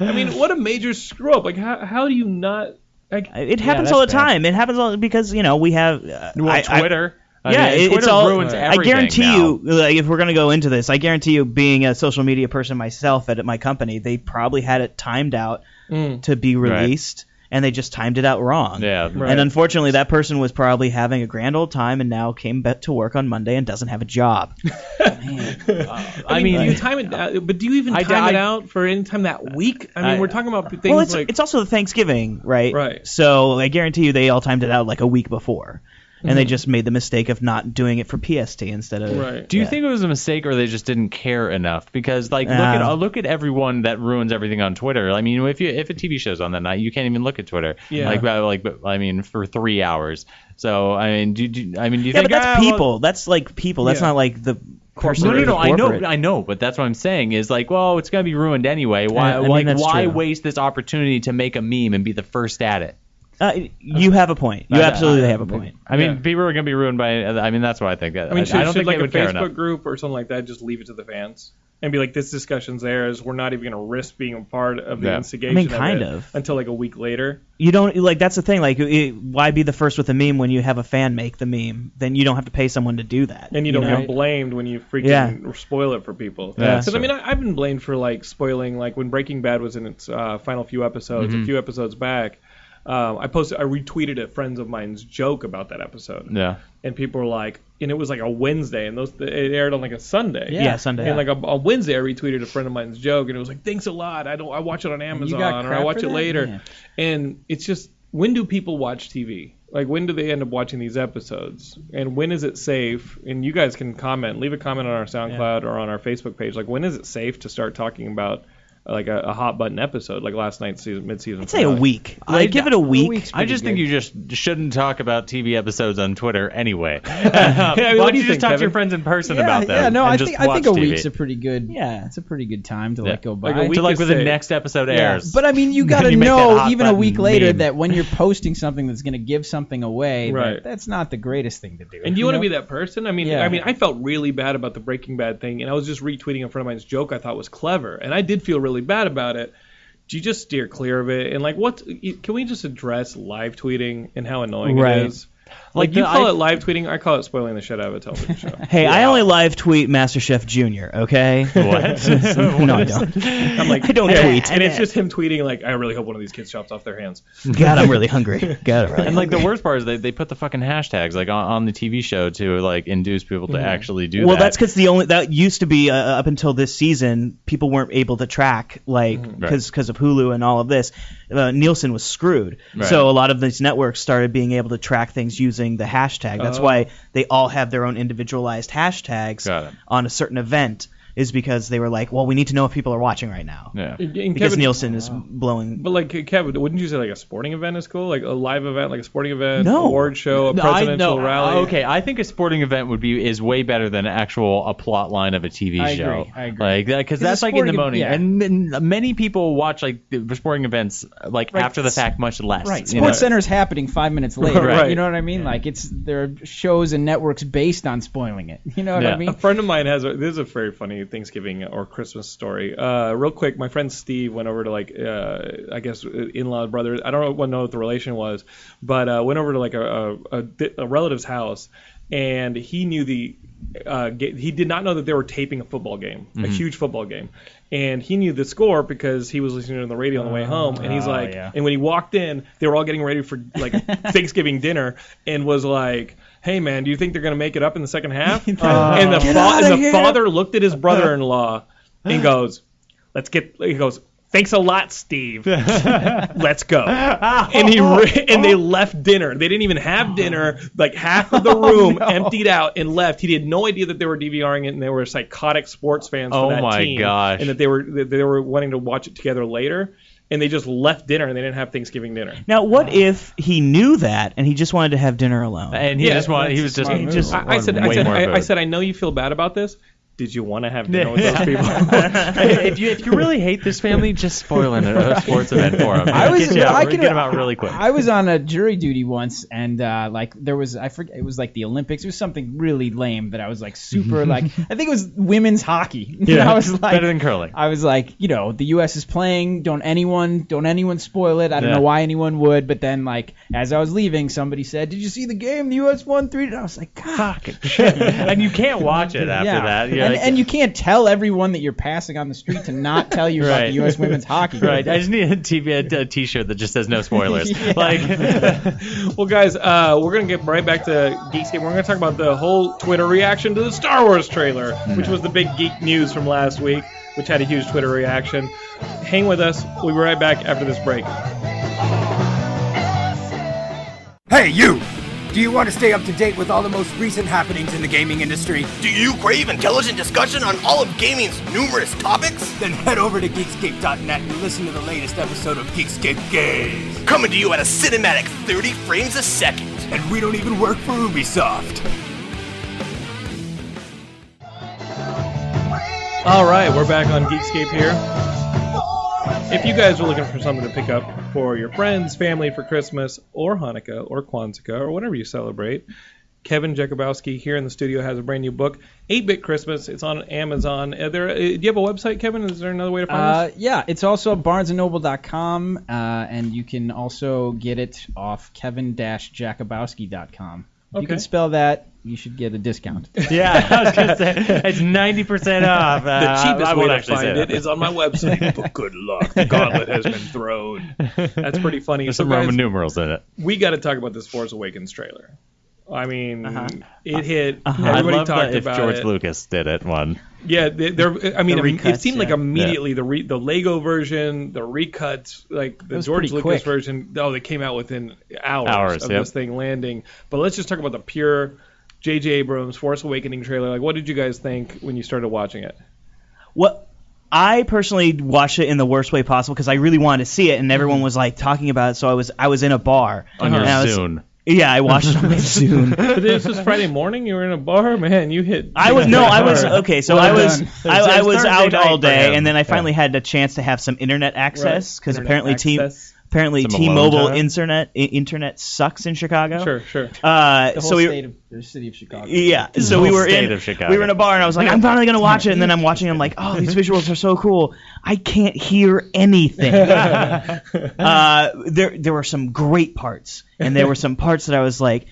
[SPEAKER 1] I mean, what a major screw up! Like, how, how do you not? Like,
[SPEAKER 3] It happens
[SPEAKER 4] that's
[SPEAKER 3] all the
[SPEAKER 4] bad.
[SPEAKER 3] time. It happens all because you know we have. Uh,
[SPEAKER 5] well,
[SPEAKER 3] I- I-
[SPEAKER 5] Twitter. I
[SPEAKER 3] yeah,
[SPEAKER 5] mean,
[SPEAKER 3] it-
[SPEAKER 5] Twitter
[SPEAKER 3] it's all.
[SPEAKER 5] ruins
[SPEAKER 3] I
[SPEAKER 5] everything
[SPEAKER 3] guarantee
[SPEAKER 5] now.
[SPEAKER 3] you, like, if we're gonna go into this, I guarantee you, being a social media person myself at, at my company, they probably had it timed out
[SPEAKER 5] Mm.
[SPEAKER 3] to be released, and they just timed it out wrong.
[SPEAKER 5] Yeah.
[SPEAKER 1] Right.
[SPEAKER 3] And unfortunately, that person was probably having a grand old time, and now came back to work on Monday and doesn't have a job.
[SPEAKER 1] I, mean,
[SPEAKER 5] mean-
[SPEAKER 1] you time it, out, but do you even
[SPEAKER 5] I-
[SPEAKER 1] time it
[SPEAKER 5] I-
[SPEAKER 1] out for any time that week? I mean,
[SPEAKER 5] I- uh,
[SPEAKER 1] we're talking about things
[SPEAKER 3] well, it's
[SPEAKER 1] like
[SPEAKER 3] it's also Thanksgiving, right?
[SPEAKER 1] Right.
[SPEAKER 3] So I guarantee you, they all timed it out like a week before, and they just made the mistake of not doing it for PST instead of
[SPEAKER 1] Mm-hmm. right.
[SPEAKER 5] Do you think it was a mistake or they just didn't care enough? Because like look at
[SPEAKER 3] Ah.
[SPEAKER 5] look at everyone that ruins everything on Twitter. I mean, if you if a TV show's on that night, you can't even look at Twitter.
[SPEAKER 1] Yeah.
[SPEAKER 5] Like uh, like but, I mean for three hours. So I mean, do, do I mean do you
[SPEAKER 3] Yeah,
[SPEAKER 5] think
[SPEAKER 3] but that's
[SPEAKER 5] "Ah, well,
[SPEAKER 3] people. that's like people. That's
[SPEAKER 1] Yeah.
[SPEAKER 3] not like the person.
[SPEAKER 5] No, no, no.
[SPEAKER 3] in
[SPEAKER 5] I know,
[SPEAKER 1] Uh,
[SPEAKER 3] corporate.
[SPEAKER 5] I know, but that's what I'm saying is like, well, it's gonna be ruined anyway. Why,
[SPEAKER 3] I mean,
[SPEAKER 5] like,
[SPEAKER 3] that's
[SPEAKER 5] why
[SPEAKER 3] true.
[SPEAKER 5] waste this opportunity to make a meme and be the first at it?
[SPEAKER 3] Uh, you have a point. You
[SPEAKER 5] I-
[SPEAKER 3] absolutely
[SPEAKER 5] I-
[SPEAKER 3] have a point.
[SPEAKER 5] I mean,
[SPEAKER 1] Yeah.
[SPEAKER 5] people are gonna be ruined by. uh, I mean, that's what I think.
[SPEAKER 1] I mean, should,
[SPEAKER 5] I don't
[SPEAKER 1] should
[SPEAKER 5] think
[SPEAKER 1] like
[SPEAKER 5] they
[SPEAKER 1] a
[SPEAKER 5] would care
[SPEAKER 1] Facebook
[SPEAKER 5] enough.
[SPEAKER 1] group or something like that just leave it to the fans and be like, this discussion's theirs. We're not even going to risk being a part of the
[SPEAKER 5] Yeah.
[SPEAKER 1] instigation.
[SPEAKER 3] I mean, kind
[SPEAKER 1] it
[SPEAKER 3] of.
[SPEAKER 1] until like a week later.
[SPEAKER 3] You don't like that's the thing. Like, it, why be the first with a meme when you have a fan make the meme? Then you don't have to pay someone to do that.
[SPEAKER 1] And you don't
[SPEAKER 3] know?
[SPEAKER 1] get blamed when you freaking
[SPEAKER 3] Yeah.
[SPEAKER 1] spoil it for people.
[SPEAKER 5] Yeah,
[SPEAKER 1] Because I
[SPEAKER 5] sure.
[SPEAKER 1] mean, I, I've been blamed for like spoiling. Like when Breaking Bad was in its uh, final few episodes,
[SPEAKER 5] Mm-hmm.
[SPEAKER 1] a few episodes back, um, I posted, I retweeted a friends of mine's joke about that episode.
[SPEAKER 5] Yeah.
[SPEAKER 1] And people were like, and it was like a Wednesday, and those it aired on like a Sunday.
[SPEAKER 3] Yeah, Sunday.
[SPEAKER 1] And like a, on Wednesday, I retweeted a friend of mine's joke, and it was like, "Thanks a lot. I don't. I watch it on Amazon, or I
[SPEAKER 4] crap
[SPEAKER 1] watch
[SPEAKER 4] for
[SPEAKER 1] it
[SPEAKER 4] that?
[SPEAKER 1] later."
[SPEAKER 4] Yeah.
[SPEAKER 1] And it's just, when do people watch TV? Like, when do they end up watching these episodes? And when is it safe? And you guys can comment, leave a comment on our SoundCloud or on our Facebook page. Like, when is it safe to start talking about uh, like a, a hot button episode, like last night's season, mid-season?
[SPEAKER 3] I'd say a
[SPEAKER 1] finale?
[SPEAKER 3] week. Like, give it a week.
[SPEAKER 5] I just think you just shouldn't talk about TV episodes on Twitter anyway.
[SPEAKER 1] I mean,
[SPEAKER 5] Why
[SPEAKER 1] what
[SPEAKER 5] don't
[SPEAKER 1] do
[SPEAKER 5] you,
[SPEAKER 1] you
[SPEAKER 5] just
[SPEAKER 1] think,
[SPEAKER 5] talk to your
[SPEAKER 1] Kevin?
[SPEAKER 5] friends in person
[SPEAKER 4] yeah,
[SPEAKER 5] about them?
[SPEAKER 4] Yeah, no,
[SPEAKER 5] and
[SPEAKER 4] I
[SPEAKER 5] just
[SPEAKER 4] think I think a
[SPEAKER 5] watch TV.
[SPEAKER 4] week's a pretty good. Yeah, it's a pretty good time to
[SPEAKER 5] Yeah.
[SPEAKER 4] let go by.
[SPEAKER 1] Like a week
[SPEAKER 5] Until like
[SPEAKER 1] is
[SPEAKER 5] when the
[SPEAKER 1] safe.
[SPEAKER 5] next episode airs.
[SPEAKER 4] But I mean, you got to
[SPEAKER 5] you make that
[SPEAKER 4] know
[SPEAKER 5] hot
[SPEAKER 4] even a
[SPEAKER 5] button
[SPEAKER 4] week later
[SPEAKER 5] meme.
[SPEAKER 4] that when you're posting something that's going to give something away, that-
[SPEAKER 1] Right.
[SPEAKER 4] that's not the greatest thing to do.
[SPEAKER 1] And do you want to
[SPEAKER 4] know?
[SPEAKER 1] be that person? I mean,
[SPEAKER 4] Yeah.
[SPEAKER 1] I mean, I felt really bad about the Breaking Bad thing, and I was just retweeting a friend of mine's joke I thought was clever, and I did feel really bad about it. Do you just steer clear of it? And like, what can we just address live tweeting and how annoying
[SPEAKER 3] Right.
[SPEAKER 1] it is? Like,
[SPEAKER 5] Like,
[SPEAKER 1] you
[SPEAKER 5] the-
[SPEAKER 1] call
[SPEAKER 5] I-
[SPEAKER 1] it live tweeting, I call it spoiling the shit out of a television show.
[SPEAKER 3] Hey, I only live tweet MasterChef Junior. Okay.
[SPEAKER 5] what?
[SPEAKER 3] no, I don't.
[SPEAKER 1] I'm like,
[SPEAKER 3] I don't
[SPEAKER 1] and,
[SPEAKER 3] tweet.
[SPEAKER 1] and it's just him tweeting like, I really hope one of these kids chops off their hands.
[SPEAKER 3] God, I'm really hungry. God, I'm really.
[SPEAKER 5] And like the worst part is they, they put the fucking hashtags like on, on the TV show to like induce people
[SPEAKER 4] Mm-hmm.
[SPEAKER 5] to actually do
[SPEAKER 3] well,
[SPEAKER 5] that.
[SPEAKER 3] that's because the only that used to be uh, up until this season, people weren't able to track like
[SPEAKER 5] Mm, Right.
[SPEAKER 3] because of Hulu and all of this. Uh, Nielsen was screwed,
[SPEAKER 5] Right.
[SPEAKER 3] so a lot of these networks started being able to track things using the hashtag. That's
[SPEAKER 1] Oh.
[SPEAKER 3] why they all have their own individualized hashtags
[SPEAKER 5] Got it.
[SPEAKER 3] on a certain event. is because they were like, well, we need to know if people are watching right now.
[SPEAKER 5] Yeah.
[SPEAKER 1] And
[SPEAKER 3] Because
[SPEAKER 1] Kevin-
[SPEAKER 3] Nielsen is blowing.
[SPEAKER 1] But like Kevin, wouldn't you say like a sporting event is cool? Like a live event, like a sporting event,
[SPEAKER 3] No.
[SPEAKER 1] award show, a
[SPEAKER 5] No, I-
[SPEAKER 1] presidential
[SPEAKER 5] no,
[SPEAKER 1] rally.
[SPEAKER 5] Okay, I think a sporting event would be is way better than actual a plot line of a TV
[SPEAKER 4] I agree,
[SPEAKER 5] show.
[SPEAKER 4] I agree.
[SPEAKER 5] Like that because
[SPEAKER 4] 'Cause a
[SPEAKER 5] that's like in the morning,
[SPEAKER 4] sporting- yeah.
[SPEAKER 5] and then many people watch like the sporting events like
[SPEAKER 4] Right.
[SPEAKER 5] after the fact much less.
[SPEAKER 4] Right.
[SPEAKER 5] you
[SPEAKER 4] Sports
[SPEAKER 5] know?
[SPEAKER 4] Center is happening five minutes later.
[SPEAKER 1] Right.
[SPEAKER 4] You know what I mean? Like it's there are shows and networks based on spoiling it. You know what
[SPEAKER 5] Yeah.
[SPEAKER 4] I
[SPEAKER 1] A
[SPEAKER 4] mean?
[SPEAKER 1] friend of mine has a, this is a very funny Thanksgiving or Christmas story. Uh, real quick, my friend Steve went over to like uh, I guess in-law brother. I don't know, know what the relation was, but uh, went over to like a, a, a, di- a relative's house, and he knew the uh, ga- he did not know that they were taping a football game, a
[SPEAKER 4] Mm-hmm.
[SPEAKER 1] huge football game, and he knew the score because he was listening to the radio on the way home, and he's
[SPEAKER 4] Oh,
[SPEAKER 1] like,
[SPEAKER 4] yeah.
[SPEAKER 1] and when he walked in, they were all getting ready for like Thanksgiving dinner, and was like. Hey man, do you think they're gonna make it up in the second half? and the,
[SPEAKER 3] Get
[SPEAKER 1] fa-
[SPEAKER 3] outta
[SPEAKER 1] and the
[SPEAKER 3] here.
[SPEAKER 1] father looked at his brother-in-law and goes, "Let's get." He goes, "Thanks a lot, Steve. Let's go." And he re- and they left dinner. They didn't even have dinner. Like half of the room emptied out and left. He had no idea that they were DVRing it and they were psychotic sports fans
[SPEAKER 5] Oh
[SPEAKER 1] for that
[SPEAKER 5] my
[SPEAKER 1] team,
[SPEAKER 5] gosh.
[SPEAKER 1] and that they were that they were wanting to watch it together later. And they just left dinner and they didn't have Thanksgiving dinner.
[SPEAKER 3] Now, what if he knew that and he just wanted to have dinner alone?
[SPEAKER 5] And he
[SPEAKER 1] Yeah,
[SPEAKER 5] just wanted. He was just.
[SPEAKER 4] that's a smart
[SPEAKER 5] just
[SPEAKER 1] I, I said,
[SPEAKER 5] wanted
[SPEAKER 1] I
[SPEAKER 5] way
[SPEAKER 1] said,
[SPEAKER 5] more
[SPEAKER 1] I, I
[SPEAKER 5] food.
[SPEAKER 1] said, I know you feel bad about this. Did you want to have dinner with those people?
[SPEAKER 5] if you if you really hate this family, just spoil an- a sports event for them.
[SPEAKER 4] I was-
[SPEAKER 5] get you out,
[SPEAKER 4] I
[SPEAKER 5] get
[SPEAKER 4] can-
[SPEAKER 5] them out really quick.
[SPEAKER 4] I was on a jury duty once, and uh, like there was I forget it was like the Olympics. It was something really lame that I was like super like I think it was women's hockey. And
[SPEAKER 5] Yeah,
[SPEAKER 4] I was like
[SPEAKER 5] better than curling.
[SPEAKER 4] I was like you know the U.S. is playing. Don't anyone don't anyone spoil it. I don't
[SPEAKER 5] Yeah.
[SPEAKER 4] know why anyone would, but then like as I was leaving, somebody said, "Did you see the game? The U.S. won three. And I was like, God.
[SPEAKER 5] and you can't watch it after that. You're
[SPEAKER 4] and,
[SPEAKER 5] like-
[SPEAKER 4] and you can't tell everyone that you're passing on the street to not tell you about
[SPEAKER 5] Right.
[SPEAKER 4] the U.S. women's hockey.
[SPEAKER 5] Right, I just need a TV, a, a T-shirt that just says no spoilers.
[SPEAKER 4] Yeah.
[SPEAKER 5] Like,
[SPEAKER 1] Well, guys, uh, we're gonna get right back to Geekscape. We're gonna talk about the whole Twitter reaction to the Star Wars trailer, which was the big geek news from last week, which had a huge Twitter reaction. Hang with us. We'll be right back after this break.
[SPEAKER 6] Hey, you! Do you want to stay up to date with all the most recent happenings in the gaming industry?
[SPEAKER 7] Do you crave intelligent discussion on all of gaming's numerous topics?
[SPEAKER 6] Then head over to Geekscape.net and listen to the latest episode of Geekscape Games.
[SPEAKER 7] Coming to you at a cinematic 30 frames a second.
[SPEAKER 6] And we don't even work for Ubisoft.
[SPEAKER 1] All right, we're back on Geekscape here. If you guys are looking for something to pick up for your friends, family for Christmas, or Hanukkah, or Kwanzaa, or whatever you celebrate, Kevin Jakubowski here in the studio has a brand new book, 8-Bit Christmas. It's on Amazon. Are there, uh, do you have a website, Kevin? Is there another way to find this?
[SPEAKER 4] Uh, yeah, it's also barnesandnoble.com, uh, and you can also get it off kevin-jakubowski.com. If you
[SPEAKER 1] Okay.
[SPEAKER 4] can spell that, you should get a discount.
[SPEAKER 5] yeah, I was gonna say it's ninety percent off. Uh,
[SPEAKER 1] the cheapest
[SPEAKER 5] I, I
[SPEAKER 1] way
[SPEAKER 5] won't
[SPEAKER 1] to
[SPEAKER 5] actually say
[SPEAKER 1] find
[SPEAKER 5] that.
[SPEAKER 1] it is on my website. but good luck, the gauntlet has been thrown. That's pretty funny.
[SPEAKER 5] There's
[SPEAKER 1] So
[SPEAKER 5] some
[SPEAKER 1] guys,
[SPEAKER 5] Roman numerals in it.
[SPEAKER 1] we got to talk about this Force Awakens trailer. I mean, it hit.
[SPEAKER 5] Uh-huh. I
[SPEAKER 1] Everybody
[SPEAKER 5] love
[SPEAKER 1] talked
[SPEAKER 5] that if
[SPEAKER 1] about
[SPEAKER 5] George
[SPEAKER 1] it.
[SPEAKER 5] Lucas did it one.
[SPEAKER 1] Yeah, they- they're. I mean,
[SPEAKER 3] The
[SPEAKER 1] im- it
[SPEAKER 3] recuts,
[SPEAKER 1] seemed like
[SPEAKER 3] yeah.
[SPEAKER 1] immediately the re, the Lego version, the recuts, like the
[SPEAKER 4] was
[SPEAKER 1] George
[SPEAKER 4] pretty
[SPEAKER 1] Lucas
[SPEAKER 4] quick.
[SPEAKER 1] version. Oh, they came out within hours,
[SPEAKER 5] Hours,
[SPEAKER 1] of
[SPEAKER 5] yep.
[SPEAKER 1] this thing landing. But let's just talk about the pure J.J. Abrams Force Awakening trailer. Like, what did you guys think when you started watching it?
[SPEAKER 3] What I personally watched it in the worst way possible because I really wanted to see it, and everyone was like talking about it. So I was I was in a bar.
[SPEAKER 5] On your
[SPEAKER 3] And I was-
[SPEAKER 5] Zune.
[SPEAKER 3] Yeah, I watched it on my Zune.
[SPEAKER 1] But this was Friday morning. You were in a bar, man. You hit.
[SPEAKER 3] I was no, I was okay. So
[SPEAKER 4] Well
[SPEAKER 3] I was
[SPEAKER 4] done.
[SPEAKER 3] I, I
[SPEAKER 5] It's
[SPEAKER 3] was
[SPEAKER 5] Thursday
[SPEAKER 3] out
[SPEAKER 5] night
[SPEAKER 3] all
[SPEAKER 5] for
[SPEAKER 3] day,
[SPEAKER 5] him.
[SPEAKER 3] and then I finally had a chance to have some internet access
[SPEAKER 1] Right.
[SPEAKER 3] because
[SPEAKER 1] Internet
[SPEAKER 3] apparently T
[SPEAKER 1] access.
[SPEAKER 3] apparently
[SPEAKER 5] Some alone
[SPEAKER 3] T-Mobile
[SPEAKER 5] time.
[SPEAKER 3] internet i- internet sucks in Chicago.
[SPEAKER 1] Sure, sure.
[SPEAKER 3] Uh,
[SPEAKER 4] The whole
[SPEAKER 3] so we
[SPEAKER 4] state of the city of Chicago.
[SPEAKER 5] e
[SPEAKER 3] Yeah, so
[SPEAKER 5] whole
[SPEAKER 3] we were
[SPEAKER 5] state
[SPEAKER 3] in
[SPEAKER 5] of Chicago.
[SPEAKER 3] we were in a bar, and I was like, I'm finally gonna watch it, and then I'm watching, I'm like, oh, these visuals are so cool. I can't hear anything. uh, there there were some great parts, and there were some parts that I was like,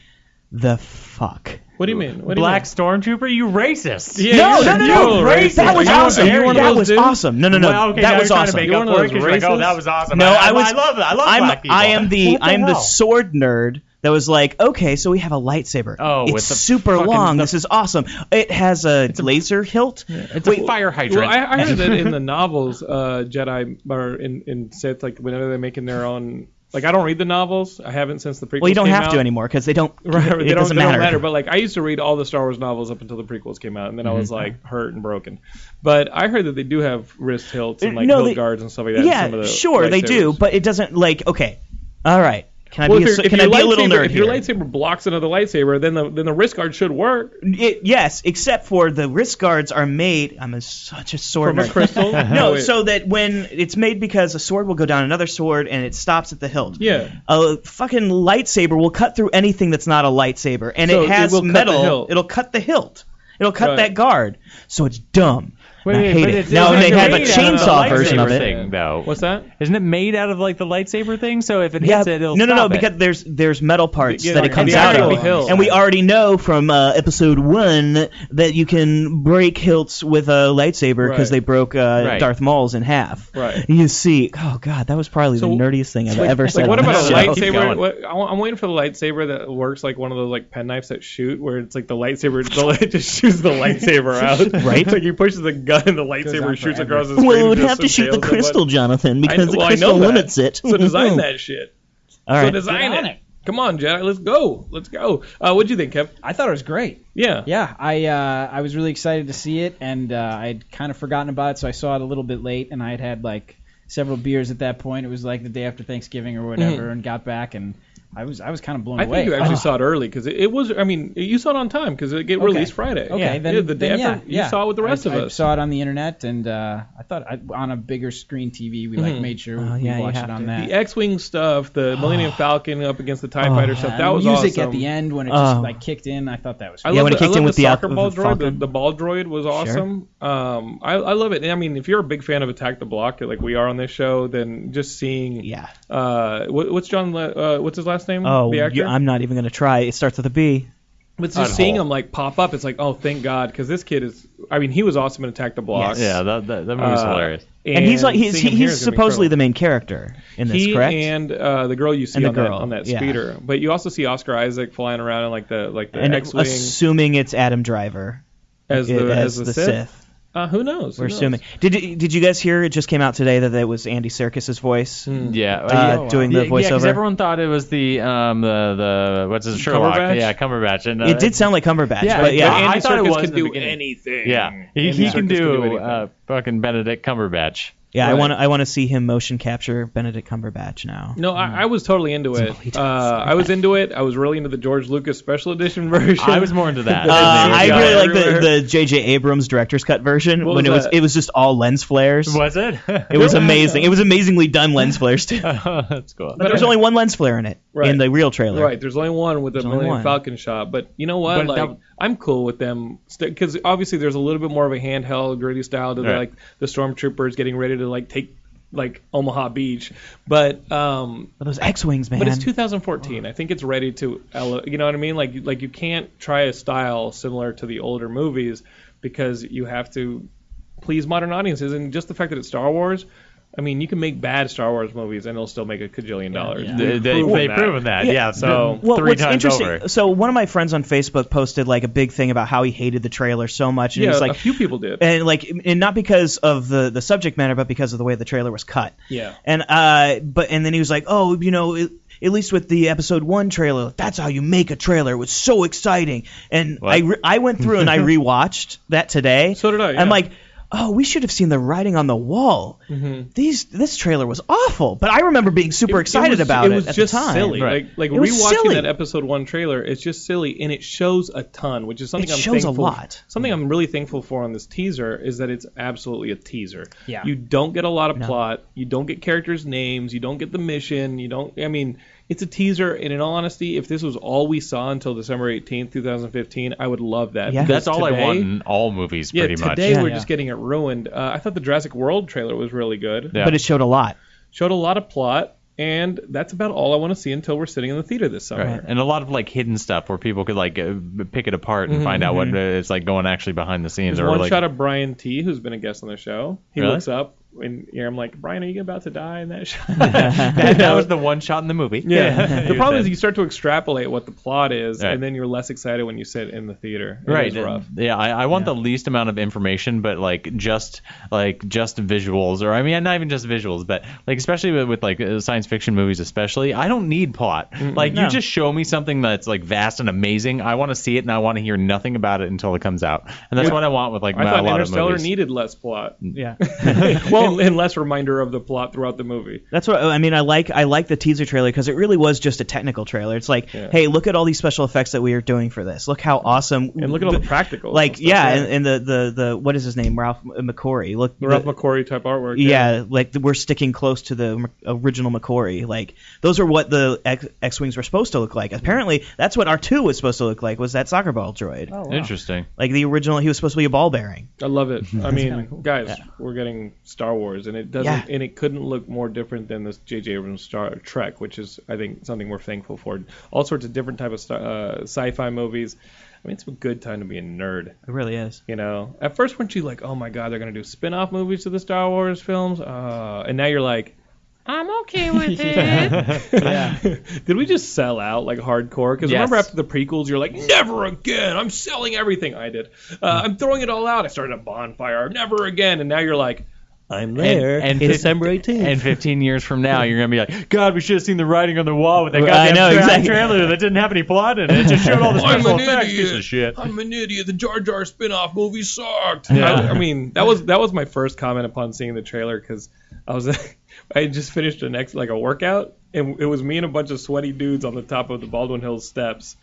[SPEAKER 3] the fuck.
[SPEAKER 1] What do you mean? What
[SPEAKER 5] Black
[SPEAKER 1] Do
[SPEAKER 5] Stormtrooper, you racist.
[SPEAKER 1] you mean? Yeah,
[SPEAKER 3] no,
[SPEAKER 1] you're-
[SPEAKER 3] no, no, no,
[SPEAKER 1] you're a racist.
[SPEAKER 3] that was
[SPEAKER 1] Are you-
[SPEAKER 3] awesome.
[SPEAKER 1] are you one of
[SPEAKER 3] that
[SPEAKER 1] those
[SPEAKER 3] was
[SPEAKER 1] dudes?
[SPEAKER 3] awesome. No, no, no,
[SPEAKER 5] Well, okay, now
[SPEAKER 3] that was
[SPEAKER 5] you're trying to
[SPEAKER 3] awesome.
[SPEAKER 5] make
[SPEAKER 1] You're
[SPEAKER 5] up
[SPEAKER 1] one of
[SPEAKER 5] for it
[SPEAKER 1] those
[SPEAKER 5] 'cause you're like, oh,
[SPEAKER 1] racists?
[SPEAKER 5] that was awesome.
[SPEAKER 3] No,
[SPEAKER 5] I,
[SPEAKER 3] I was.
[SPEAKER 5] I love that. I love
[SPEAKER 3] I'm,
[SPEAKER 5] black people.
[SPEAKER 3] I am the,
[SPEAKER 5] What the
[SPEAKER 3] I'm the
[SPEAKER 5] hell?
[SPEAKER 3] sword nerd that was like, okay, so we have a lightsaber.
[SPEAKER 5] Oh,
[SPEAKER 3] it's
[SPEAKER 5] with the
[SPEAKER 3] super
[SPEAKER 5] fucking-
[SPEAKER 3] long.
[SPEAKER 5] the-
[SPEAKER 3] this is awesome. It has a laser hilt.
[SPEAKER 5] It's a fire
[SPEAKER 1] Well,
[SPEAKER 5] hydrant.
[SPEAKER 1] I, I heard that in the novels, uh, Jedi or in, in Sith, like whenever they're making their own Like I don't read the novels. I haven't since the prequels.
[SPEAKER 3] Well, you don't
[SPEAKER 1] came
[SPEAKER 3] have
[SPEAKER 1] out.
[SPEAKER 3] to anymore because they don't.
[SPEAKER 1] Right,
[SPEAKER 3] it
[SPEAKER 1] they don't,
[SPEAKER 3] doesn't
[SPEAKER 1] they
[SPEAKER 3] matter.
[SPEAKER 1] don't matter. But like, I used to read all the Star Wars novels up until the prequels came out, and then I
[SPEAKER 3] Mm-hmm.
[SPEAKER 1] was like hurt and broken. But I heard that they do have wrist hilts and like
[SPEAKER 3] No,
[SPEAKER 1] hilt
[SPEAKER 3] they-
[SPEAKER 1] guards and stuff like that. in
[SPEAKER 3] yeah,
[SPEAKER 1] some of the
[SPEAKER 3] sure they do,
[SPEAKER 1] lightsabers.
[SPEAKER 3] but it doesn't like. Okay, all right. Can I
[SPEAKER 1] Well,
[SPEAKER 3] be
[SPEAKER 1] if,
[SPEAKER 3] a,
[SPEAKER 1] your-
[SPEAKER 3] so-
[SPEAKER 1] if
[SPEAKER 3] can I
[SPEAKER 1] your
[SPEAKER 3] be a little
[SPEAKER 1] lightsaber,
[SPEAKER 3] nerd
[SPEAKER 1] if your
[SPEAKER 3] here?
[SPEAKER 1] lightsaber blocks another lightsaber, then the then the wrist guard should work
[SPEAKER 3] It- yes, except for the wrist guards are made. I'm a, such a sword
[SPEAKER 1] from a
[SPEAKER 3] nerd.
[SPEAKER 1] crystal.
[SPEAKER 3] No,
[SPEAKER 1] it-
[SPEAKER 3] so that when it's made because a sword will go down another sword and it stops at the hilt.
[SPEAKER 1] Yeah.
[SPEAKER 3] A fucking lightsaber will cut through anything that's not a lightsaber, and
[SPEAKER 1] So
[SPEAKER 3] it
[SPEAKER 1] it
[SPEAKER 3] has
[SPEAKER 1] will cut the
[SPEAKER 3] metal.
[SPEAKER 1] hilt.
[SPEAKER 3] It'll cut the hilt. It'll cut
[SPEAKER 1] Right.
[SPEAKER 3] that guard. So it's dumb. and I
[SPEAKER 5] Wait,
[SPEAKER 3] hate
[SPEAKER 5] but
[SPEAKER 3] it.
[SPEAKER 5] it's-
[SPEAKER 3] Now
[SPEAKER 5] it's
[SPEAKER 3] they
[SPEAKER 5] like
[SPEAKER 3] have a
[SPEAKER 5] made out of the
[SPEAKER 3] chainsaw version of
[SPEAKER 5] lightsaber
[SPEAKER 3] it.
[SPEAKER 5] Thing, though.
[SPEAKER 1] What's that?
[SPEAKER 5] Isn't it made out of like the lightsaber thing? So if it
[SPEAKER 3] Yeah,
[SPEAKER 5] hits it,
[SPEAKER 3] no,
[SPEAKER 5] it'll
[SPEAKER 3] no, no,
[SPEAKER 5] stop it.
[SPEAKER 3] because there's there's metal parts
[SPEAKER 1] Yeah,
[SPEAKER 3] that
[SPEAKER 1] like
[SPEAKER 3] it comes
[SPEAKER 1] the
[SPEAKER 3] out
[SPEAKER 1] actual
[SPEAKER 3] of,
[SPEAKER 1] hilt.
[SPEAKER 3] and we already know from uh, episode one that you can break hilts with a lightsaber because
[SPEAKER 1] Right.
[SPEAKER 3] they broke uh,
[SPEAKER 5] Right.
[SPEAKER 3] Darth Maul's in half.
[SPEAKER 1] Right.
[SPEAKER 3] You see, oh god, that was probably
[SPEAKER 1] So,
[SPEAKER 3] the nerdiest thing I've
[SPEAKER 1] Like-
[SPEAKER 3] ever
[SPEAKER 1] like,
[SPEAKER 3] said.
[SPEAKER 1] what
[SPEAKER 3] on
[SPEAKER 1] about a
[SPEAKER 3] this show.
[SPEAKER 5] Keep
[SPEAKER 1] lightsaber?
[SPEAKER 5] going.
[SPEAKER 1] What, I- I'm waiting for the lightsaber that works like one of those like pen knives that shoot, where it's like the lightsaber the, it just shoots the lightsaber out.
[SPEAKER 3] Right.
[SPEAKER 1] Like you push the gun and the lightsaber
[SPEAKER 4] on
[SPEAKER 1] shoots
[SPEAKER 4] forever.
[SPEAKER 1] across the screen.
[SPEAKER 3] Well, it
[SPEAKER 1] and
[SPEAKER 3] would
[SPEAKER 1] just
[SPEAKER 3] have to shoot the
[SPEAKER 1] impales everyone.
[SPEAKER 3] crystal, Jonathan,
[SPEAKER 1] I-
[SPEAKER 3] because the
[SPEAKER 1] well, I
[SPEAKER 3] crystal
[SPEAKER 1] know that.
[SPEAKER 3] limits it. Oh.
[SPEAKER 1] So design that shit.
[SPEAKER 3] All
[SPEAKER 1] So
[SPEAKER 3] right.
[SPEAKER 1] design
[SPEAKER 4] Get on
[SPEAKER 1] it.
[SPEAKER 4] it.
[SPEAKER 1] Come on, Jedi. Let's go. Let's go. Uh, what'd you think, Kev?
[SPEAKER 4] I thought it was great.
[SPEAKER 1] Yeah.
[SPEAKER 4] Yeah, I uh, I was really excited to see it, and uh, I had kind of forgotten about it, so I saw it a little bit late, and I had had like several beers at that point. It was like the day after Thanksgiving or whatever, and got back, and I was I was kind of blown
[SPEAKER 1] Mm-hmm. I
[SPEAKER 4] away.
[SPEAKER 1] think you actually
[SPEAKER 4] Ah.
[SPEAKER 1] saw it early because it, it was. I mean, you saw it on time because it get released Friday.
[SPEAKER 4] Oh, Okay,
[SPEAKER 1] yeah.
[SPEAKER 4] then
[SPEAKER 1] yeah, the day
[SPEAKER 4] then
[SPEAKER 1] after
[SPEAKER 4] yeah, yeah.
[SPEAKER 1] you saw it with the rest
[SPEAKER 4] I,
[SPEAKER 1] of
[SPEAKER 4] I
[SPEAKER 1] us.
[SPEAKER 4] saw it on the internet, and uh, I thought I, on a bigger screen TV, we like made sure we
[SPEAKER 3] Oh, yeah, Oh, you
[SPEAKER 4] watched
[SPEAKER 3] have
[SPEAKER 4] it on
[SPEAKER 3] to.
[SPEAKER 4] that.
[SPEAKER 1] Mm-hmm. the X-wing stuff, the Millennium Falcon up against the Tie Fighter stuff.
[SPEAKER 4] Yeah,
[SPEAKER 1] That
[SPEAKER 4] the
[SPEAKER 1] was
[SPEAKER 4] music
[SPEAKER 1] awesome.
[SPEAKER 4] at the end when it just
[SPEAKER 3] Oh.
[SPEAKER 4] like kicked in. I thought that was.
[SPEAKER 1] I
[SPEAKER 4] great.
[SPEAKER 1] love
[SPEAKER 3] when it
[SPEAKER 1] the,
[SPEAKER 3] kicked
[SPEAKER 1] I love
[SPEAKER 3] in with
[SPEAKER 1] the
[SPEAKER 3] the out-
[SPEAKER 1] soccer
[SPEAKER 3] with
[SPEAKER 1] ball
[SPEAKER 3] the
[SPEAKER 1] droid. The,
[SPEAKER 3] Falcon.
[SPEAKER 1] the ball droid was awesome. Um, I, I love it. And I mean, if you're a big fan of Attack the Block, like we are on this show, then just seeing
[SPEAKER 3] Yeah.
[SPEAKER 1] uh, what, what's John? Le- uh, what's his last name?
[SPEAKER 3] Oh,
[SPEAKER 1] the actor.
[SPEAKER 3] you, I'm not even going to try. It starts with a B.
[SPEAKER 1] But just seeing him like pop up, it's like, oh, thank God, because this kid is. I mean, he was awesome in Attack the Block.
[SPEAKER 5] yeah, that, that, that movie's
[SPEAKER 1] Uh,
[SPEAKER 5] hilarious.
[SPEAKER 3] And, he's like he's,
[SPEAKER 1] seeing him
[SPEAKER 3] he,
[SPEAKER 1] here
[SPEAKER 3] he's
[SPEAKER 1] is gonna be
[SPEAKER 3] supposedly
[SPEAKER 1] incredible.
[SPEAKER 3] the main character in this,
[SPEAKER 1] he
[SPEAKER 3] correct?
[SPEAKER 1] and uh, the girl you see
[SPEAKER 3] And the
[SPEAKER 1] on, that,
[SPEAKER 3] girl,
[SPEAKER 1] on that
[SPEAKER 3] yeah.
[SPEAKER 1] speeder. But you also see Oscar Isaac flying around in like the like the
[SPEAKER 3] And
[SPEAKER 1] X-wing
[SPEAKER 3] assuming it's Adam Driver
[SPEAKER 1] as the
[SPEAKER 3] it-
[SPEAKER 1] as, the, Sith.
[SPEAKER 3] Sith.
[SPEAKER 1] Uh, who knows? Who
[SPEAKER 3] We're
[SPEAKER 1] knows?
[SPEAKER 3] assuming. Did you- did you guys hear? It just came out today that it was Andy Serkis's voice
[SPEAKER 1] Hmm.
[SPEAKER 5] Yeah,
[SPEAKER 3] uh, doing
[SPEAKER 5] yeah,
[SPEAKER 3] the
[SPEAKER 5] because
[SPEAKER 3] voiceover.
[SPEAKER 5] everyone thought it was the um the the what's his Sherlock?
[SPEAKER 1] Cumberbatch?
[SPEAKER 5] Yeah, Cumberbatch. And, uh,
[SPEAKER 3] it did sound like Cumberbatch,
[SPEAKER 5] Yeah,
[SPEAKER 3] but
[SPEAKER 1] But
[SPEAKER 3] yeah,
[SPEAKER 5] I-
[SPEAKER 1] Andy
[SPEAKER 5] I thought it
[SPEAKER 1] Serkis
[SPEAKER 5] was in
[SPEAKER 1] can
[SPEAKER 5] the
[SPEAKER 1] do
[SPEAKER 5] beginning.
[SPEAKER 1] anything.
[SPEAKER 5] Yeah, he, he
[SPEAKER 1] Andy
[SPEAKER 5] can
[SPEAKER 1] Serkis
[SPEAKER 5] do,
[SPEAKER 1] anything.
[SPEAKER 5] uh, fucking Benedict Cumberbatch.
[SPEAKER 3] yeah. I
[SPEAKER 1] Right.
[SPEAKER 3] want I want to see him motion capture Benedict Cumberbatch now.
[SPEAKER 1] no, I, I was totally into
[SPEAKER 3] he
[SPEAKER 1] it.
[SPEAKER 3] does.
[SPEAKER 1] Uh, I was into it. I was really into the George Lucas special edition version.
[SPEAKER 5] I was more into that.
[SPEAKER 3] Uh, I
[SPEAKER 1] Yeah,
[SPEAKER 3] really like
[SPEAKER 1] everywhere.
[SPEAKER 3] the the J.J. Abrams director's cut version
[SPEAKER 1] What
[SPEAKER 3] when
[SPEAKER 1] was
[SPEAKER 3] it was
[SPEAKER 1] that?
[SPEAKER 3] it was just all lens flares.
[SPEAKER 5] Was it?
[SPEAKER 3] It was amazing. It was amazingly done lens flares too. But
[SPEAKER 5] That's cool.
[SPEAKER 1] But
[SPEAKER 3] there was
[SPEAKER 1] I-
[SPEAKER 3] only one lens flare in it
[SPEAKER 1] Right.
[SPEAKER 3] in the real trailer.
[SPEAKER 1] Right, there's only one with the
[SPEAKER 3] only
[SPEAKER 1] Millennium
[SPEAKER 3] one.
[SPEAKER 1] Falcon shot, but you know what?
[SPEAKER 5] But
[SPEAKER 1] like,
[SPEAKER 5] that-
[SPEAKER 1] I'm cool with them because obviously there's a little bit more of a handheld, gritty style to the,
[SPEAKER 5] Right.
[SPEAKER 1] like the stormtroopers getting ready to like take like Omaha Beach, but um,
[SPEAKER 3] But those X-wings, man.
[SPEAKER 1] but it's 2014. I think it's ready to, ele- you know what I mean? Like like you can't try a style similar to the older movies because you have to please modern audiences, and just the fact that it's Star Wars. I mean, you can make bad Star Wars movies and it'll still make a cajillion dollars.
[SPEAKER 5] They,
[SPEAKER 1] We've
[SPEAKER 5] they,
[SPEAKER 1] proven
[SPEAKER 5] they've
[SPEAKER 1] that.
[SPEAKER 5] proven that. Yeah, so
[SPEAKER 3] well,
[SPEAKER 5] three
[SPEAKER 3] what's
[SPEAKER 5] times
[SPEAKER 3] interesting?
[SPEAKER 5] over.
[SPEAKER 3] So one of my friends on Facebook posted like a big thing about how he hated the trailer so much, and
[SPEAKER 1] Yeah,
[SPEAKER 3] he's
[SPEAKER 1] a
[SPEAKER 3] like,
[SPEAKER 1] few people did.
[SPEAKER 3] and like and not because of the the subject matter but because of the way the trailer was cut
[SPEAKER 1] Yeah.
[SPEAKER 3] and uh but and then he was like oh you know it, at least with the episode one trailer that's how you make a trailer it was so exciting and i re- i went through and i rewatched that today
[SPEAKER 1] So did I, yeah.
[SPEAKER 3] i'm like Oh, we should have seen the writing on the wall.
[SPEAKER 1] Mm-hmm.
[SPEAKER 3] These this trailer was awful, but I remember being super excited
[SPEAKER 1] was-
[SPEAKER 3] about it.
[SPEAKER 1] was
[SPEAKER 3] at
[SPEAKER 1] just
[SPEAKER 3] the time.
[SPEAKER 1] silly.
[SPEAKER 5] Right.
[SPEAKER 1] Like like
[SPEAKER 3] It was
[SPEAKER 1] rewatching
[SPEAKER 3] silly.
[SPEAKER 1] that episode one trailer, it's just silly, and it shows a ton, which is something
[SPEAKER 3] It
[SPEAKER 1] I'm
[SPEAKER 3] shows a
[SPEAKER 1] thankful-
[SPEAKER 3] lot.
[SPEAKER 1] Something I'm really thankful for on this teaser is that it's absolutely a teaser.
[SPEAKER 4] Yeah.
[SPEAKER 1] You don't get a lot of plot. You don't get characters' names. You don't get the mission. You don't. I mean, it's a teaser, and in all honesty, if this was all we saw until December 18th, 2015, I would love that.
[SPEAKER 3] Yeah.
[SPEAKER 1] because
[SPEAKER 5] That's all I
[SPEAKER 1] today-
[SPEAKER 5] want in all movies,
[SPEAKER 1] Yeah,
[SPEAKER 5] pretty much.
[SPEAKER 1] today
[SPEAKER 3] Yeah.
[SPEAKER 1] we're
[SPEAKER 3] Yeah.
[SPEAKER 1] just getting it ruined. Uh, I thought the Jurassic World trailer was really good
[SPEAKER 5] Yeah.
[SPEAKER 3] but it showed a lot.
[SPEAKER 1] showed a lot of plot, and that's about all I want to see until we're sitting in the theater this summer.
[SPEAKER 5] Right. And a lot of like hidden stuff where people could like uh, pick it apart
[SPEAKER 3] Mm-hmm,
[SPEAKER 5] and find out what uh, it's like going actually behind the scenes
[SPEAKER 1] There's
[SPEAKER 5] or
[SPEAKER 1] one
[SPEAKER 5] like
[SPEAKER 1] shot of Brian T, who's been a guest on the show. He
[SPEAKER 5] Really?
[SPEAKER 1] looks up and you know, I'm like, Brian, are you about to die in that shot?
[SPEAKER 5] that, that was the one shot in the movie.
[SPEAKER 1] yeah. the
[SPEAKER 5] You
[SPEAKER 1] problem is
[SPEAKER 5] said.
[SPEAKER 1] you start to extrapolate what the plot is,
[SPEAKER 5] Right.
[SPEAKER 1] and then you're less excited when you sit in the theater. It
[SPEAKER 5] right
[SPEAKER 1] is rough.
[SPEAKER 5] yeah i, I want the least amount of information but like just like just visuals or i mean not even just visuals but like especially with, with like uh, science fiction movies especially i don't need plot like you just show me something that's like vast and amazing i want to see it and i want to hear nothing about it until it comes out and that's what i want with like
[SPEAKER 1] I
[SPEAKER 5] not
[SPEAKER 1] thought
[SPEAKER 5] a lot of
[SPEAKER 1] Interstellar
[SPEAKER 5] movies
[SPEAKER 1] needed less plot.
[SPEAKER 4] Yeah.
[SPEAKER 1] well, and, and less reminder of the plot throughout the movie.
[SPEAKER 3] That's what I mean. I like I like the teaser trailer because it really was just a technical trailer. It's like, hey, look at all these special effects that we are doing for this. Look how awesome!
[SPEAKER 1] And look at all the practicals
[SPEAKER 3] Like
[SPEAKER 1] and stuff,
[SPEAKER 3] yeah,
[SPEAKER 1] yeah.
[SPEAKER 3] and, and the, the the what is his name? Ralph McCory. Look,
[SPEAKER 1] The Ralph
[SPEAKER 3] the-
[SPEAKER 1] McQuarrie type artwork.
[SPEAKER 3] Yeah, like we're sticking close to the m- original McCory. Like those are what the X, X-wings were supposed to look like. Apparently, that's what R2 was supposed to look like. Was that soccer ball droid?
[SPEAKER 5] Oh. interesting
[SPEAKER 3] Like the original, he was supposed to be a ball bearing.
[SPEAKER 1] I love it. I mean, guys, we're getting Star Wars, and it doesn't,
[SPEAKER 3] Yeah.
[SPEAKER 1] and it couldn't look more different than this J.J. Abrams Star Trek, which is, I think, something we're thankful for. All sorts of different type of star, uh, sci-fi movies. I mean, it's a good time to be a nerd.
[SPEAKER 3] It really is.
[SPEAKER 1] You know, at first, weren't you like, oh my god, they're gonna do spin-off movies to the Star Wars films? Uh, and now you're like, I'm okay with it. Did we just sell out like hardcore? Because remember
[SPEAKER 5] Yes.
[SPEAKER 1] after the prequels, you're like, never again. I'm selling everything. I did. Uh, I'm throwing it all out. I started a bonfire. Never again. And now you're like, I'm
[SPEAKER 5] and,
[SPEAKER 1] there.
[SPEAKER 5] and fif-
[SPEAKER 3] December 18th.
[SPEAKER 5] and 15 years from now you're gonna be like god we should have seen the writing on the wall with that
[SPEAKER 3] I
[SPEAKER 5] goddamn
[SPEAKER 3] know,
[SPEAKER 5] tra-
[SPEAKER 3] exactly.
[SPEAKER 5] trailer that didn't have any plot in it it just showed all the
[SPEAKER 1] I'm
[SPEAKER 5] special
[SPEAKER 1] an
[SPEAKER 5] effects
[SPEAKER 1] idiot.
[SPEAKER 5] piece of shit
[SPEAKER 1] I'm an idiot. The Jar Jar spin-off movie sucked.
[SPEAKER 5] Yeah.
[SPEAKER 1] I, I mean, that was that was my first comment upon seeing the trailer because I was I had just finished an ex like a workout and it was me and a bunch of sweaty dudes on the top of the Baldwin Hills steps.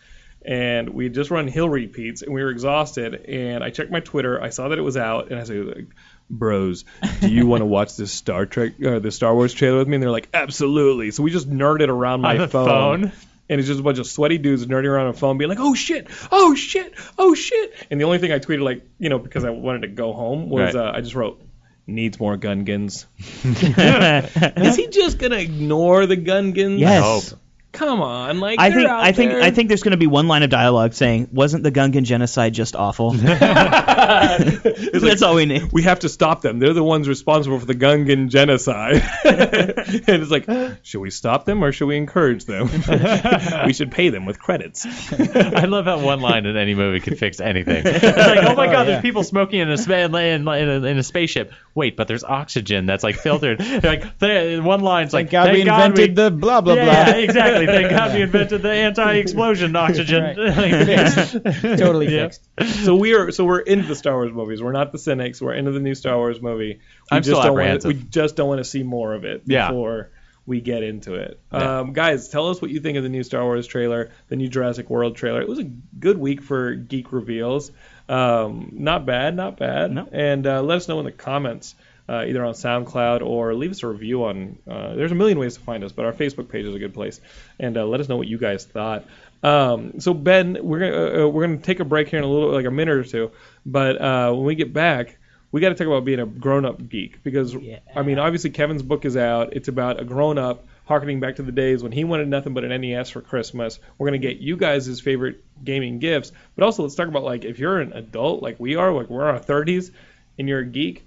[SPEAKER 1] And we had just run hill repeats, and we were exhausted. And I checked my Twitter. I saw that it was out, and I said, like, "Bros, do you want to watch this Star Trek or the Star Wars trailer with me?" And they're like, "Absolutely!" So we just nerded around my
[SPEAKER 5] on the phone
[SPEAKER 1] and it's just a bunch of sweaty dudes nerding around on a phone being like, oh shit, oh shit, oh shit. And the only thing I tweeted, like, you know, because I wanted to go home, was
[SPEAKER 5] Right.
[SPEAKER 1] uh, I just wrote, needs more Gungans. Is he just going to ignore the Gungans?
[SPEAKER 3] Yes.
[SPEAKER 1] Come on. Like,
[SPEAKER 3] I
[SPEAKER 1] they're
[SPEAKER 3] think
[SPEAKER 1] out
[SPEAKER 3] I think
[SPEAKER 1] there.
[SPEAKER 3] I think there's going to be one line of dialogue saying, "Wasn't the Gungan genocide just awful?"
[SPEAKER 1] It's like,
[SPEAKER 3] That's all we need.
[SPEAKER 1] we have to stop them. They're the ones responsible for the Gungan genocide. and it's like, should we stop them or should we encourage them? we should pay them with credits.
[SPEAKER 5] I love how one line in any movie can fix anything. It's like, oh my god, there's people smoking in a, spa- in, in, in, a, in a spaceship. Wait, but there's oxygen that's like filtered. like th- one line's like,
[SPEAKER 4] Thank God we invented the blah blah
[SPEAKER 5] yeah,
[SPEAKER 4] blah.
[SPEAKER 5] exactly. Thank God we invented the anti-explosion oxygen.
[SPEAKER 4] totally fixed.
[SPEAKER 1] so we are so we're into the Star Wars movies. We're not the cynics. We're into the new Star Wars movie. We
[SPEAKER 5] I'm still
[SPEAKER 1] don't want
[SPEAKER 5] apprehensive.
[SPEAKER 1] we just don't want to see more of it
[SPEAKER 5] Yeah.
[SPEAKER 1] before we get into it. Um, guys, tell us what you think of the new Star Wars trailer, the new Jurassic World trailer. It was a good week for geek reveals. Um, not bad, not bad.
[SPEAKER 3] No.
[SPEAKER 1] And uh, let us know in the comments. Uh, either on SoundCloud or leave us a review on. Uh, there's a million ways to find us, but our Facebook page is a good place. And uh, let us know what you guys thought. Um, so Ben, we're gonna uh, we're gonna take a break here in a little like a minute or two, but uh, when we get back, we got to talk about being a grown-up geek because I mean, obviously Kevin's book is out. It's about a grown-up harkening back to the days when he wanted nothing but an NES for Christmas. We're gonna get you guys his favorite gaming gifts, but also let's talk about like if you're an adult like we are, like we're in our 30s, and you're a geek.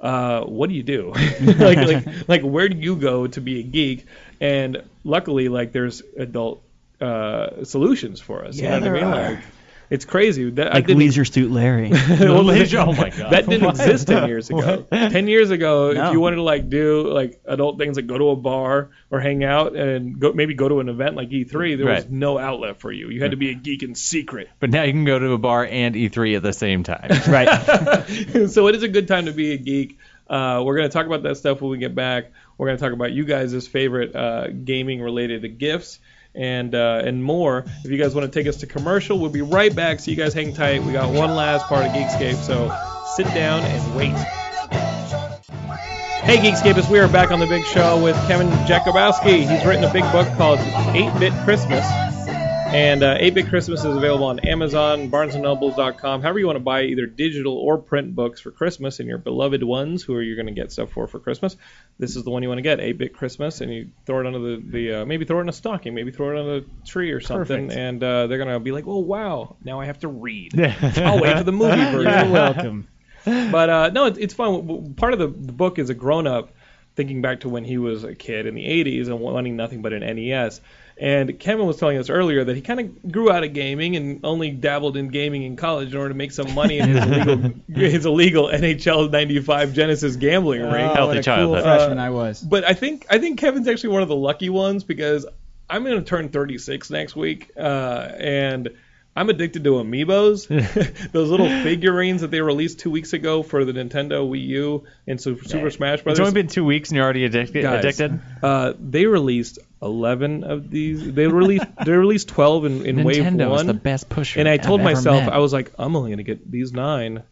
[SPEAKER 1] Uh, what do you do? like, like, like, where do you go to be a geek? And luckily, like, there's adult uh, solutions for us. you know what I mean? Like, it's crazy. That, I
[SPEAKER 3] Like
[SPEAKER 1] didn't
[SPEAKER 3] Leisure Suit Larry.
[SPEAKER 5] Oh my god.
[SPEAKER 1] that didn't exist ten years ago. ten years ago, if you wanted to like do like adult things like go to a bar or hang out and go maybe go to an event like E3, there was
[SPEAKER 5] Right.
[SPEAKER 1] no outlet for you. You had to be a geek in secret.
[SPEAKER 5] but now you can go to a bar and E3 at the same time.
[SPEAKER 3] right.
[SPEAKER 1] so it is a good time to be a geek. Uh, we're gonna talk about that stuff when we get back. We're gonna talk about you guys' favorite uh, gaming related gifts and uh, and more. If you guys want to take us to commercial, we'll be right back. So you guys hang tight. We got one last part of Geekscape, so sit down and wait. Hey Geekscapists, we are back on the big show with Kevin Jakubowski. He's written a big book called 8-Bit Christmas. And uh, 8-Bit Christmas is available on Amazon, barnesandnobles.com, however you want to buy either digital or print books for Christmas and your beloved ones, who are you going to get stuff for for Christmas. This is the one you want to get, 8-Bit Christmas, and you throw it under the, the uh, maybe throw it in a stocking, maybe throw it on a tree or something, and "Oh, uh, they're going to be like, well, wow, now I have to read. I'll wait for the movie version.
[SPEAKER 4] You're welcome.
[SPEAKER 1] But uh, no, it, it's fun. W- w- Part of the, the book is a grown up thinking back to when he was a kid in the 80s and wanting nothing but an NES. And Kevin was telling us earlier that he kind of grew out of gaming and only dabbled in gaming in college in order to make some money in his illegal, his illegal NHL 95 Genesis gambling ring.
[SPEAKER 5] Healthy
[SPEAKER 4] Oh, what a cool
[SPEAKER 5] childhood.
[SPEAKER 4] freshman I was.
[SPEAKER 1] But I think I think Kevin's actually one of the lucky ones because I'm going to turn 36 next week, uh, and I'm addicted to Amiibos, those little figurines that they released two weeks ago for the Nintendo Wii U and Super, Super Smash Brothers.
[SPEAKER 5] It's only been two weeks and you're already addicted.
[SPEAKER 1] Guys,
[SPEAKER 5] addicted.
[SPEAKER 1] Uh, they released 11 of these. They released they released 12 in, in Wave
[SPEAKER 5] Nintendo is
[SPEAKER 1] One.
[SPEAKER 5] the best pusher.
[SPEAKER 1] and I told
[SPEAKER 5] I've ever
[SPEAKER 1] myself
[SPEAKER 5] met.
[SPEAKER 1] I was like, I'm only going to get these nine.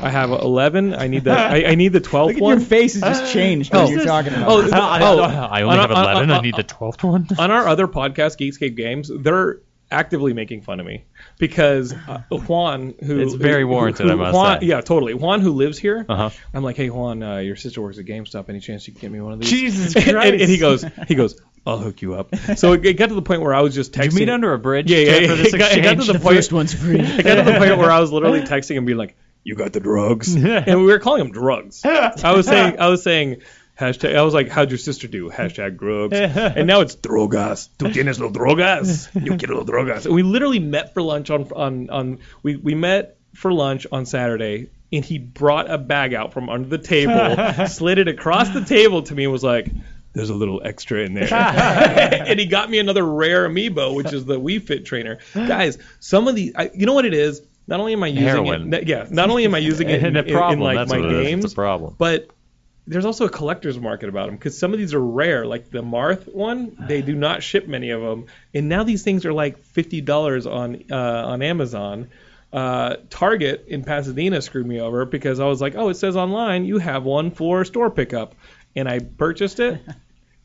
[SPEAKER 1] I have 11. I need that. I, I need the 12th
[SPEAKER 4] Look at
[SPEAKER 1] one.
[SPEAKER 4] your face has just changed when
[SPEAKER 1] Oh.
[SPEAKER 4] you're talking about.
[SPEAKER 1] Oh,
[SPEAKER 4] it.
[SPEAKER 5] I, I,
[SPEAKER 1] oh,
[SPEAKER 5] I only
[SPEAKER 1] on-
[SPEAKER 5] have
[SPEAKER 1] on-
[SPEAKER 5] 11.
[SPEAKER 1] on-
[SPEAKER 5] I need the 12th one.
[SPEAKER 1] on our other podcast, Geekscape Games, they're actively making fun of me because uh, Juan, who
[SPEAKER 5] It's very
[SPEAKER 1] who-
[SPEAKER 5] warranted,
[SPEAKER 1] who-
[SPEAKER 5] I must
[SPEAKER 1] Juan,
[SPEAKER 5] say.
[SPEAKER 1] Yeah, totally. Juan, who lives here,
[SPEAKER 5] Uh-huh.
[SPEAKER 1] I'm like, hey Juan, uh, your sister works at GameStop. Any chance you can get me one of these?
[SPEAKER 5] Jesus
[SPEAKER 1] and, and- and he
[SPEAKER 5] Christ.
[SPEAKER 1] goes, he goes, I'll hook you up. So it, it got to the point where I was just texting.
[SPEAKER 5] Did you meet under a bridge
[SPEAKER 1] Yeah, yeah,
[SPEAKER 5] Jeff,
[SPEAKER 1] yeah.
[SPEAKER 5] for this
[SPEAKER 1] It got- it got to
[SPEAKER 5] exchange?
[SPEAKER 1] the
[SPEAKER 5] The
[SPEAKER 1] point-
[SPEAKER 4] First one's free.
[SPEAKER 1] I got to the point where I was literally texting and being like, "You got the drugs," and we were calling them drugs. I was saying, I was saying, hashtag. I was like, "How'd your sister do?" Hashtag drugs. And now it's drogas. Tú tienes los drogas. Yo quiero los drogas. And we literally met for lunch on on on. We we met for lunch on Saturday. And he brought a bag out from under the table, slid it across the table to me, and was like, "There's a little extra in there." and he got me another rare amiibo, which is the Wii Fit trainer. Guys, some of the, I, you know what it is? Not only am I using
[SPEAKER 5] Heroin.
[SPEAKER 1] it, that- yeah, not only am I using it in,
[SPEAKER 5] And a
[SPEAKER 1] in- in,
[SPEAKER 5] problem,
[SPEAKER 1] like
[SPEAKER 5] that's
[SPEAKER 1] my
[SPEAKER 5] what it is. It's
[SPEAKER 1] games,
[SPEAKER 5] a problem.
[SPEAKER 1] but there's also a collector's market about them because some of these are rare, like the Marth one. They do not ship many of them, and now these things are like fifty dollars on uh, on Amazon. Uh, Target in Pasadena screwed me over because I was like, oh, it says online you have one for store pickup, and I purchased it.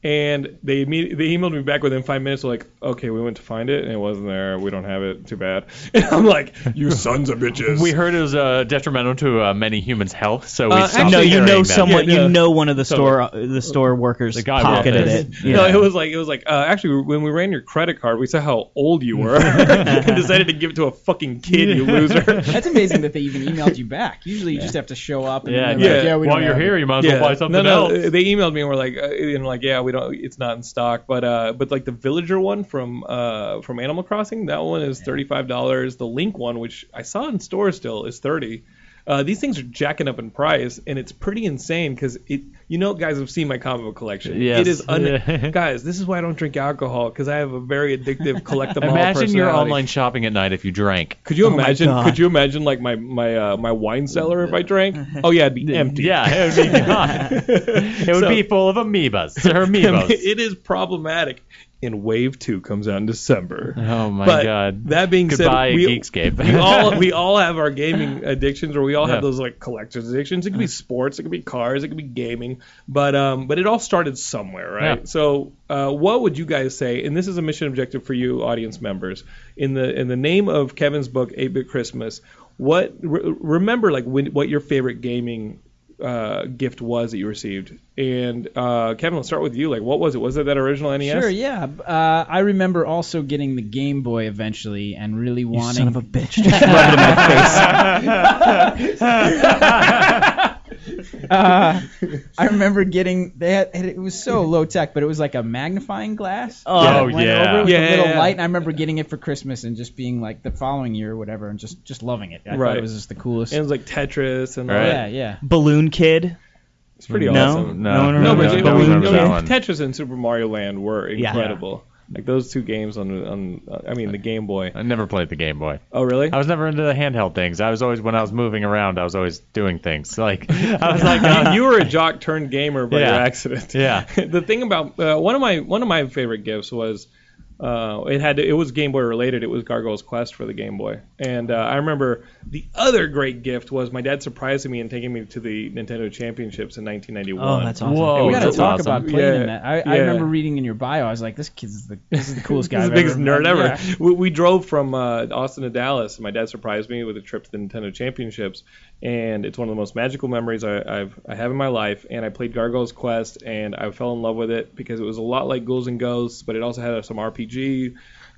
[SPEAKER 1] And they imme- they emailed me back within five minutes, like, okay, we went to find it and it wasn't there. We don't have it. Too bad. And I'm like, you sons of bitches.
[SPEAKER 5] We heard it was uh, detrimental to uh, many humans' health, so we
[SPEAKER 1] Uh,
[SPEAKER 5] stopped
[SPEAKER 3] no, you
[SPEAKER 5] carrying
[SPEAKER 3] know
[SPEAKER 5] that.
[SPEAKER 3] someone.
[SPEAKER 1] Yeah, no.
[SPEAKER 3] You know one of the store uh, the store workers
[SPEAKER 5] The guy
[SPEAKER 3] pocketed
[SPEAKER 5] workers.
[SPEAKER 3] it.
[SPEAKER 1] No,
[SPEAKER 3] Yeah.
[SPEAKER 1] it was like it was like uh, actually when we ran your credit card, we saw how old you were and decided to give it to a fucking kid, you loser.
[SPEAKER 4] That's amazing that they even emailed you back. Usually, you just have to show up. And
[SPEAKER 5] Yeah,
[SPEAKER 4] they're
[SPEAKER 5] yeah.
[SPEAKER 4] Like, yeah we
[SPEAKER 5] While
[SPEAKER 4] don't
[SPEAKER 5] you're
[SPEAKER 4] have
[SPEAKER 5] here,
[SPEAKER 4] it."
[SPEAKER 5] you might as well buy something
[SPEAKER 1] no, no,
[SPEAKER 5] else.
[SPEAKER 1] they emailed me and were like, uh, and like, yeah, we don't, it's not in stock, but uh, but like the villager one from uh from Animal Crossing, that one is thirty five dollars. The Link one, which I saw in stores still, is thirty. Uh, these things are jacking up in price, and it's pretty insane because it. You know, guys have seen my comic book collection.
[SPEAKER 5] Yes.
[SPEAKER 1] It is un-
[SPEAKER 5] Yeah.
[SPEAKER 1] guys. This is why I don't drink alcohol because I have a very addictive collect 'em all
[SPEAKER 5] Imagine your
[SPEAKER 1] personality.
[SPEAKER 5] online Oh shopping at night if you drank.
[SPEAKER 1] Could you imagine? Could you imagine like my my uh, my wine cellar if I drank? Oh yeah, it'd be empty.
[SPEAKER 5] Yeah, it would be gone. It would
[SPEAKER 1] So-
[SPEAKER 5] be full of amoebas. Or amoebos.
[SPEAKER 1] it is problematic. And Wave Two comes out in December.
[SPEAKER 5] oh my
[SPEAKER 1] but
[SPEAKER 5] god.
[SPEAKER 1] that being
[SPEAKER 5] Goodbye,
[SPEAKER 1] said, we,
[SPEAKER 5] Geekscape.
[SPEAKER 1] we all we all have our gaming addictions, or we all
[SPEAKER 5] Yeah. Mm-hmm.
[SPEAKER 1] have those like collectors addictions. It could be sports, it could be cars, it could be gaming, but um, but it all started somewhere, right?
[SPEAKER 5] Yeah.
[SPEAKER 1] So, uh, what would you guys say? And this is a mission objective for you, audience members. In the in the name of Kevin's book, Eight Bit Christmas, what re- remember like when, what your favorite gaming uh, gift was that you received? And uh, Kevin, let's start with you. Like, what was it? Was it that original E NES?
[SPEAKER 4] Sure, yeah. Uh, I remember also getting the Game Boy eventually and really wanting.
[SPEAKER 3] Son of a bitch! Just rubbed it in my face.
[SPEAKER 4] uh, I remember getting that. and It was so low tech, but it was like a magnifying glass.
[SPEAKER 3] Oh,
[SPEAKER 4] that
[SPEAKER 5] Oh,
[SPEAKER 4] went
[SPEAKER 5] yeah.
[SPEAKER 4] over with
[SPEAKER 1] Yeah,
[SPEAKER 4] a little
[SPEAKER 1] yeah, yeah.
[SPEAKER 4] light. And I remember getting it for Christmas and just being like the following year or whatever, and just just loving it. I thought
[SPEAKER 1] Right.
[SPEAKER 4] it was just the coolest.
[SPEAKER 1] And it was like Tetris and all
[SPEAKER 5] Right.
[SPEAKER 1] that.
[SPEAKER 4] Yeah, yeah.
[SPEAKER 3] Balloon Kid.
[SPEAKER 1] It's pretty
[SPEAKER 3] No.
[SPEAKER 1] awesome.
[SPEAKER 5] no,
[SPEAKER 3] No one
[SPEAKER 1] No,
[SPEAKER 3] remembers
[SPEAKER 1] but
[SPEAKER 3] that.
[SPEAKER 1] you-
[SPEAKER 3] No
[SPEAKER 1] no,
[SPEAKER 3] one
[SPEAKER 1] you-
[SPEAKER 3] remembers
[SPEAKER 1] no,
[SPEAKER 5] that one.
[SPEAKER 1] Tetris and Super Mario Land were
[SPEAKER 3] Yeah.
[SPEAKER 1] incredible. Like those two games on on I mean the Game Boy.
[SPEAKER 5] I never played the Game Boy.
[SPEAKER 1] Oh really?
[SPEAKER 5] I was never into the handheld things. I was always when I was moving around, I was always doing things. Like I was like, uh,
[SPEAKER 1] you were a jock turned gamer by
[SPEAKER 5] Yeah.
[SPEAKER 1] your accident.
[SPEAKER 5] Yeah.
[SPEAKER 1] the thing about uh, one of my one of my favorite gifts was uh, it had it was Game Boy related. It was Gargoyle's Quest for the Game Boy, and uh, I remember the other great gift was my dad surprising me and taking me to the Nintendo Championships in 1991.
[SPEAKER 3] Oh, that's awesome.
[SPEAKER 5] Whoa.
[SPEAKER 4] we gotta
[SPEAKER 5] that's
[SPEAKER 4] talk
[SPEAKER 5] awesome.
[SPEAKER 4] about playing
[SPEAKER 1] Yeah,
[SPEAKER 4] in that. I, I
[SPEAKER 1] yeah.
[SPEAKER 4] remember reading in your bio. I was like, this kid's the this is the coolest guy.
[SPEAKER 1] He's the
[SPEAKER 4] I've
[SPEAKER 1] biggest
[SPEAKER 4] ever
[SPEAKER 1] nerd
[SPEAKER 4] met.
[SPEAKER 1] ever.
[SPEAKER 4] Yeah.
[SPEAKER 1] We, we drove from uh, Austin to Dallas, and my dad surprised me with a trip to the Nintendo Championships, and it's one of the most magical memories I, I've I have in my life. And I played Gargoyle's Quest, and I fell in love with it because it was a lot like Ghouls and Ghosts, but it also had some RPG you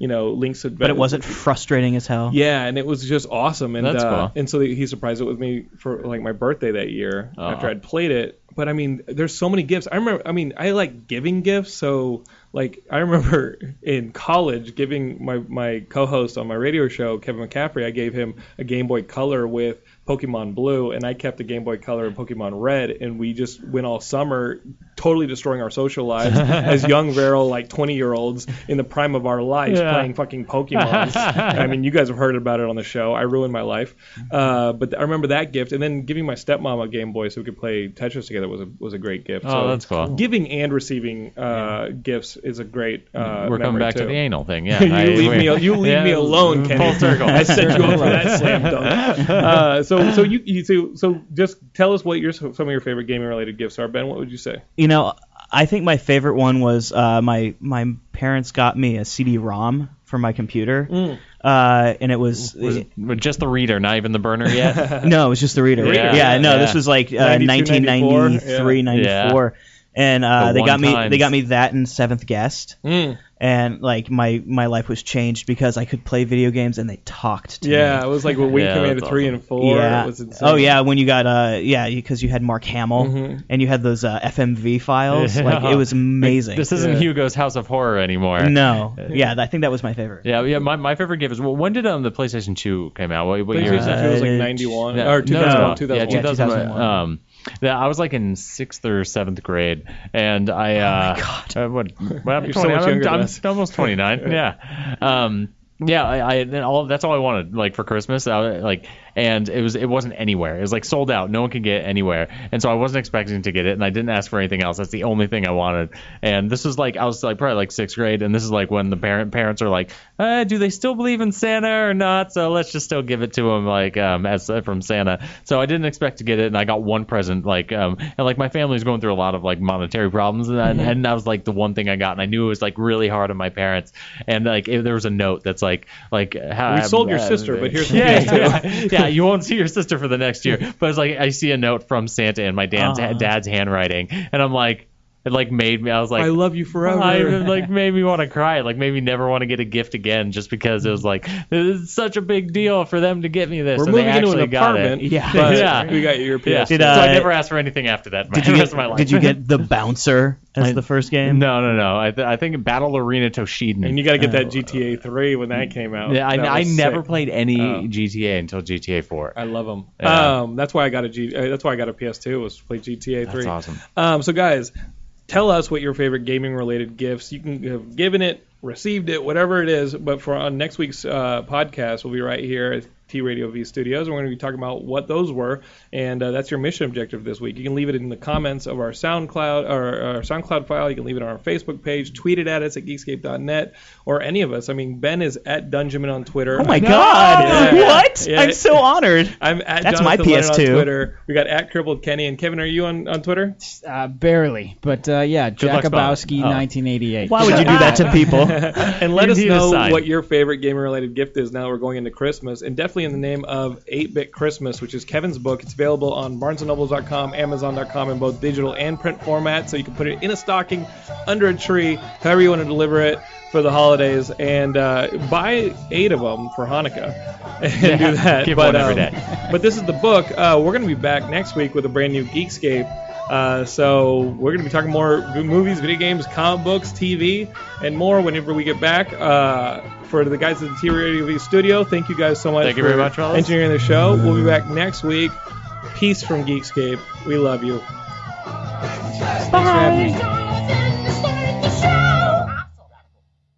[SPEAKER 1] know, Link's Adventure.
[SPEAKER 3] But it wasn't frustrating as hell.
[SPEAKER 1] Yeah, and it was just awesome. And
[SPEAKER 5] That's
[SPEAKER 1] uh,
[SPEAKER 5] cool.
[SPEAKER 1] and so he surprised it with me for like my birthday that year
[SPEAKER 5] Aw.
[SPEAKER 1] after I'd played it. But I mean, there's so many gifts. I remember. I mean, I like giving gifts. So like, I remember in college giving my my co-host on my radio show, Kevin McCaffrey. I gave him a Game Boy Color with Pokemon Blue, and I kept the Game Boy Color and Pokemon Red, and we just went all summer, totally destroying our social lives as young, virile, like 20 year olds in the prime of our lives
[SPEAKER 5] Yeah.
[SPEAKER 1] playing fucking Pokemon. I mean, you guys have heard about it on the show. I ruined my life,
[SPEAKER 5] Mm-hmm.
[SPEAKER 1] uh, but I remember that gift, and then giving my stepmom a Game Boy so we could play Tetris together was a was a great gift.
[SPEAKER 5] Oh,
[SPEAKER 1] so
[SPEAKER 5] that's cool.
[SPEAKER 1] Giving and receiving uh, gifts is a great. Uh,
[SPEAKER 5] We're coming
[SPEAKER 1] memory,
[SPEAKER 5] back to
[SPEAKER 1] too.
[SPEAKER 5] the anal thing. Yeah,
[SPEAKER 1] you
[SPEAKER 5] I-
[SPEAKER 1] leave
[SPEAKER 5] we-
[SPEAKER 1] me. You leave
[SPEAKER 5] Yeah,
[SPEAKER 1] me alone, Kenny.
[SPEAKER 5] Full circle.
[SPEAKER 1] I set you up for that slam dunk. Uh, so, so you, you so, so just tell us what your some of your favorite gaming related gifts are, Ben. What would you say?
[SPEAKER 3] You know, I think my favorite one was uh, my my parents got me a CD-ROM for my computer, uh, and it was, uh,
[SPEAKER 5] Was- was just the reader, not even the burner yet.
[SPEAKER 3] no, it was just the reader.
[SPEAKER 5] Yeah,
[SPEAKER 3] Yeah, no, this
[SPEAKER 5] yeah.
[SPEAKER 3] was like uh,
[SPEAKER 1] 92,
[SPEAKER 3] 1993, 94, and uh,
[SPEAKER 5] The
[SPEAKER 3] they got
[SPEAKER 5] one
[SPEAKER 3] me
[SPEAKER 5] times.
[SPEAKER 3] they got me that in Seventh Guest, and like my my life was changed because I could play video games and they talked to
[SPEAKER 1] Yeah,
[SPEAKER 3] me.
[SPEAKER 1] it was like when we
[SPEAKER 5] Yeah,
[SPEAKER 1] Commander
[SPEAKER 5] that's
[SPEAKER 1] three
[SPEAKER 5] awesome.
[SPEAKER 1] and four.
[SPEAKER 3] yeah.
[SPEAKER 1] It was insane.
[SPEAKER 3] oh yeah, when you got uh yeah, because you had Mark Hamill and you had those uh, FMV files, like it was amazing.
[SPEAKER 5] this isn't
[SPEAKER 1] Yeah.
[SPEAKER 5] Hugo's House of Horror anymore.
[SPEAKER 3] No. Yeah, I think that was my favorite.
[SPEAKER 5] Uh, Yeah, yeah. My, my favorite gift is well, when did um the PlayStation 2 came out? What, what year
[SPEAKER 1] PlayStation
[SPEAKER 5] is that?
[SPEAKER 1] two was like
[SPEAKER 3] Uh,
[SPEAKER 1] ninety one
[SPEAKER 5] Yeah,
[SPEAKER 1] or
[SPEAKER 5] no,
[SPEAKER 1] two thousand one.
[SPEAKER 5] no,
[SPEAKER 1] 2001.
[SPEAKER 5] yeah, 2001.
[SPEAKER 3] 2001.
[SPEAKER 5] Um, yeah, I was like in sixth or seventh grade, and I uh, I would- well, I'm,
[SPEAKER 1] You're
[SPEAKER 5] 20,
[SPEAKER 1] so much
[SPEAKER 5] I'm-
[SPEAKER 1] younger than
[SPEAKER 5] I'm
[SPEAKER 1] us.
[SPEAKER 5] almost 29. yeah, um, yeah. I, I and all that's all I wanted like for Christmas. I, like, and it was it wasn't anywhere. It was like sold out. No one could get it anywhere, and so I wasn't expecting to get it, and I didn't ask for anything else. That's the only thing I wanted. And this was like I was like probably like sixth grade, and this is like when the parent parents are like, uh, do they still believe in Santa or not? So let's just still give it to him like um as uh, from Santa. So I didn't expect to get it, and I got one present like um and like my family's going through a lot of like monetary problems, and I,
[SPEAKER 1] Mm-hmm.
[SPEAKER 5] and that was like the one thing I got, and I knew it was like really hard on my parents, and like it, there was a note that's like like how
[SPEAKER 1] We sold your sister, but here's the
[SPEAKER 5] yeah,
[SPEAKER 1] gift, too.
[SPEAKER 5] yeah, yeah, you won't see your sister for the next year, but it's like I see a note from Santa in my dad's
[SPEAKER 1] Uh-huh.
[SPEAKER 5] dad's handwriting, and I'm like. It like made me. I was like,
[SPEAKER 1] I love you forever.
[SPEAKER 5] I, it, like made me want to cry. It, Like made me never want to get a gift again, just because it was like this is such a big deal for them to get me this.
[SPEAKER 1] We're
[SPEAKER 5] and they
[SPEAKER 1] moving into an
[SPEAKER 5] actually got it.
[SPEAKER 1] apartment.
[SPEAKER 3] Yeah.
[SPEAKER 1] but
[SPEAKER 5] Yeah.
[SPEAKER 1] we got your
[SPEAKER 5] Yeah.
[SPEAKER 1] PS.
[SPEAKER 3] Did,
[SPEAKER 5] so
[SPEAKER 3] uh,
[SPEAKER 5] I never asked for anything after that.
[SPEAKER 3] Did
[SPEAKER 5] the
[SPEAKER 3] you
[SPEAKER 5] rest of my
[SPEAKER 3] get
[SPEAKER 5] life.
[SPEAKER 3] Did you get the bouncer as the first game?
[SPEAKER 5] No, no, no. I, th- I think Battle Arena Toshinden.
[SPEAKER 1] And you got to get that GTA three when that came out.
[SPEAKER 5] Oh. yeah, I,
[SPEAKER 1] That
[SPEAKER 5] I
[SPEAKER 1] was
[SPEAKER 5] never
[SPEAKER 1] sick.
[SPEAKER 5] played any
[SPEAKER 1] Oh.
[SPEAKER 5] GTA until GTA 4.
[SPEAKER 1] I love them.
[SPEAKER 5] Yeah.
[SPEAKER 1] Um, that's why I got a G. Uh, that's why I got a PS2 was to play GTA 3.
[SPEAKER 5] That's awesome.
[SPEAKER 1] Um, so guys, tell us what your favorite gaming related gifts you can have given it, received it, whatever it is. But for on next week's uh, podcast, we'll be right here at T Radio V Studios. and We're going to be talking about what those were, and uh, that's your mission objective this week. You can leave it in the comments of our SoundCloud or our SoundCloud file. You can leave it on our Facebook page. Tweet it at us at Geekscape.net or any of us. I mean, Ben is at Dungeon on Twitter.
[SPEAKER 3] Oh my god!
[SPEAKER 1] Yeah.
[SPEAKER 3] What?
[SPEAKER 1] Yeah.
[SPEAKER 3] I'm so honored.
[SPEAKER 1] I'm at
[SPEAKER 3] That's
[SPEAKER 1] Jonathan
[SPEAKER 3] my
[SPEAKER 1] Leonard
[SPEAKER 3] PS2.
[SPEAKER 1] on Twitter. We got at crippled Kenny and Kevin. Are you on, on Twitter?
[SPEAKER 4] Uh, barely, but uh, yeah,
[SPEAKER 5] luck,
[SPEAKER 4] Jakubowski,
[SPEAKER 5] Bob. Oh.
[SPEAKER 4] 1988.
[SPEAKER 3] Why would you do that to people?
[SPEAKER 1] And let
[SPEAKER 5] You
[SPEAKER 1] us
[SPEAKER 5] need a
[SPEAKER 1] know
[SPEAKER 5] sign.
[SPEAKER 1] what your favorite gaming related gift is now that we're going into Christmas, and definitely in the name of 8 Bit Christmas, which is Kevin's book. It's available on BarnesandNobles.com, Amazon.com in both digital and print format, so you can put it in a stocking, under a tree, however you want to deliver it for the holidays, and uh, buy eight of them for Hanukkah and do that.
[SPEAKER 5] give
[SPEAKER 1] but,
[SPEAKER 5] one every
[SPEAKER 1] um,
[SPEAKER 5] day.
[SPEAKER 1] but this is the book. Uh, we're going to be back next week with a brand new Geekscape. Uh, so we're going to be talking more v- movies, video games, comic books, TV, and more whenever we get back. Uh, for the guys at the T Radio V studio, thank you guys so much
[SPEAKER 5] Thank
[SPEAKER 1] for
[SPEAKER 5] you very much, fellas.
[SPEAKER 1] engineering the show. We'll be back next week. Peace from Geekscape. We love you.
[SPEAKER 8] Bye.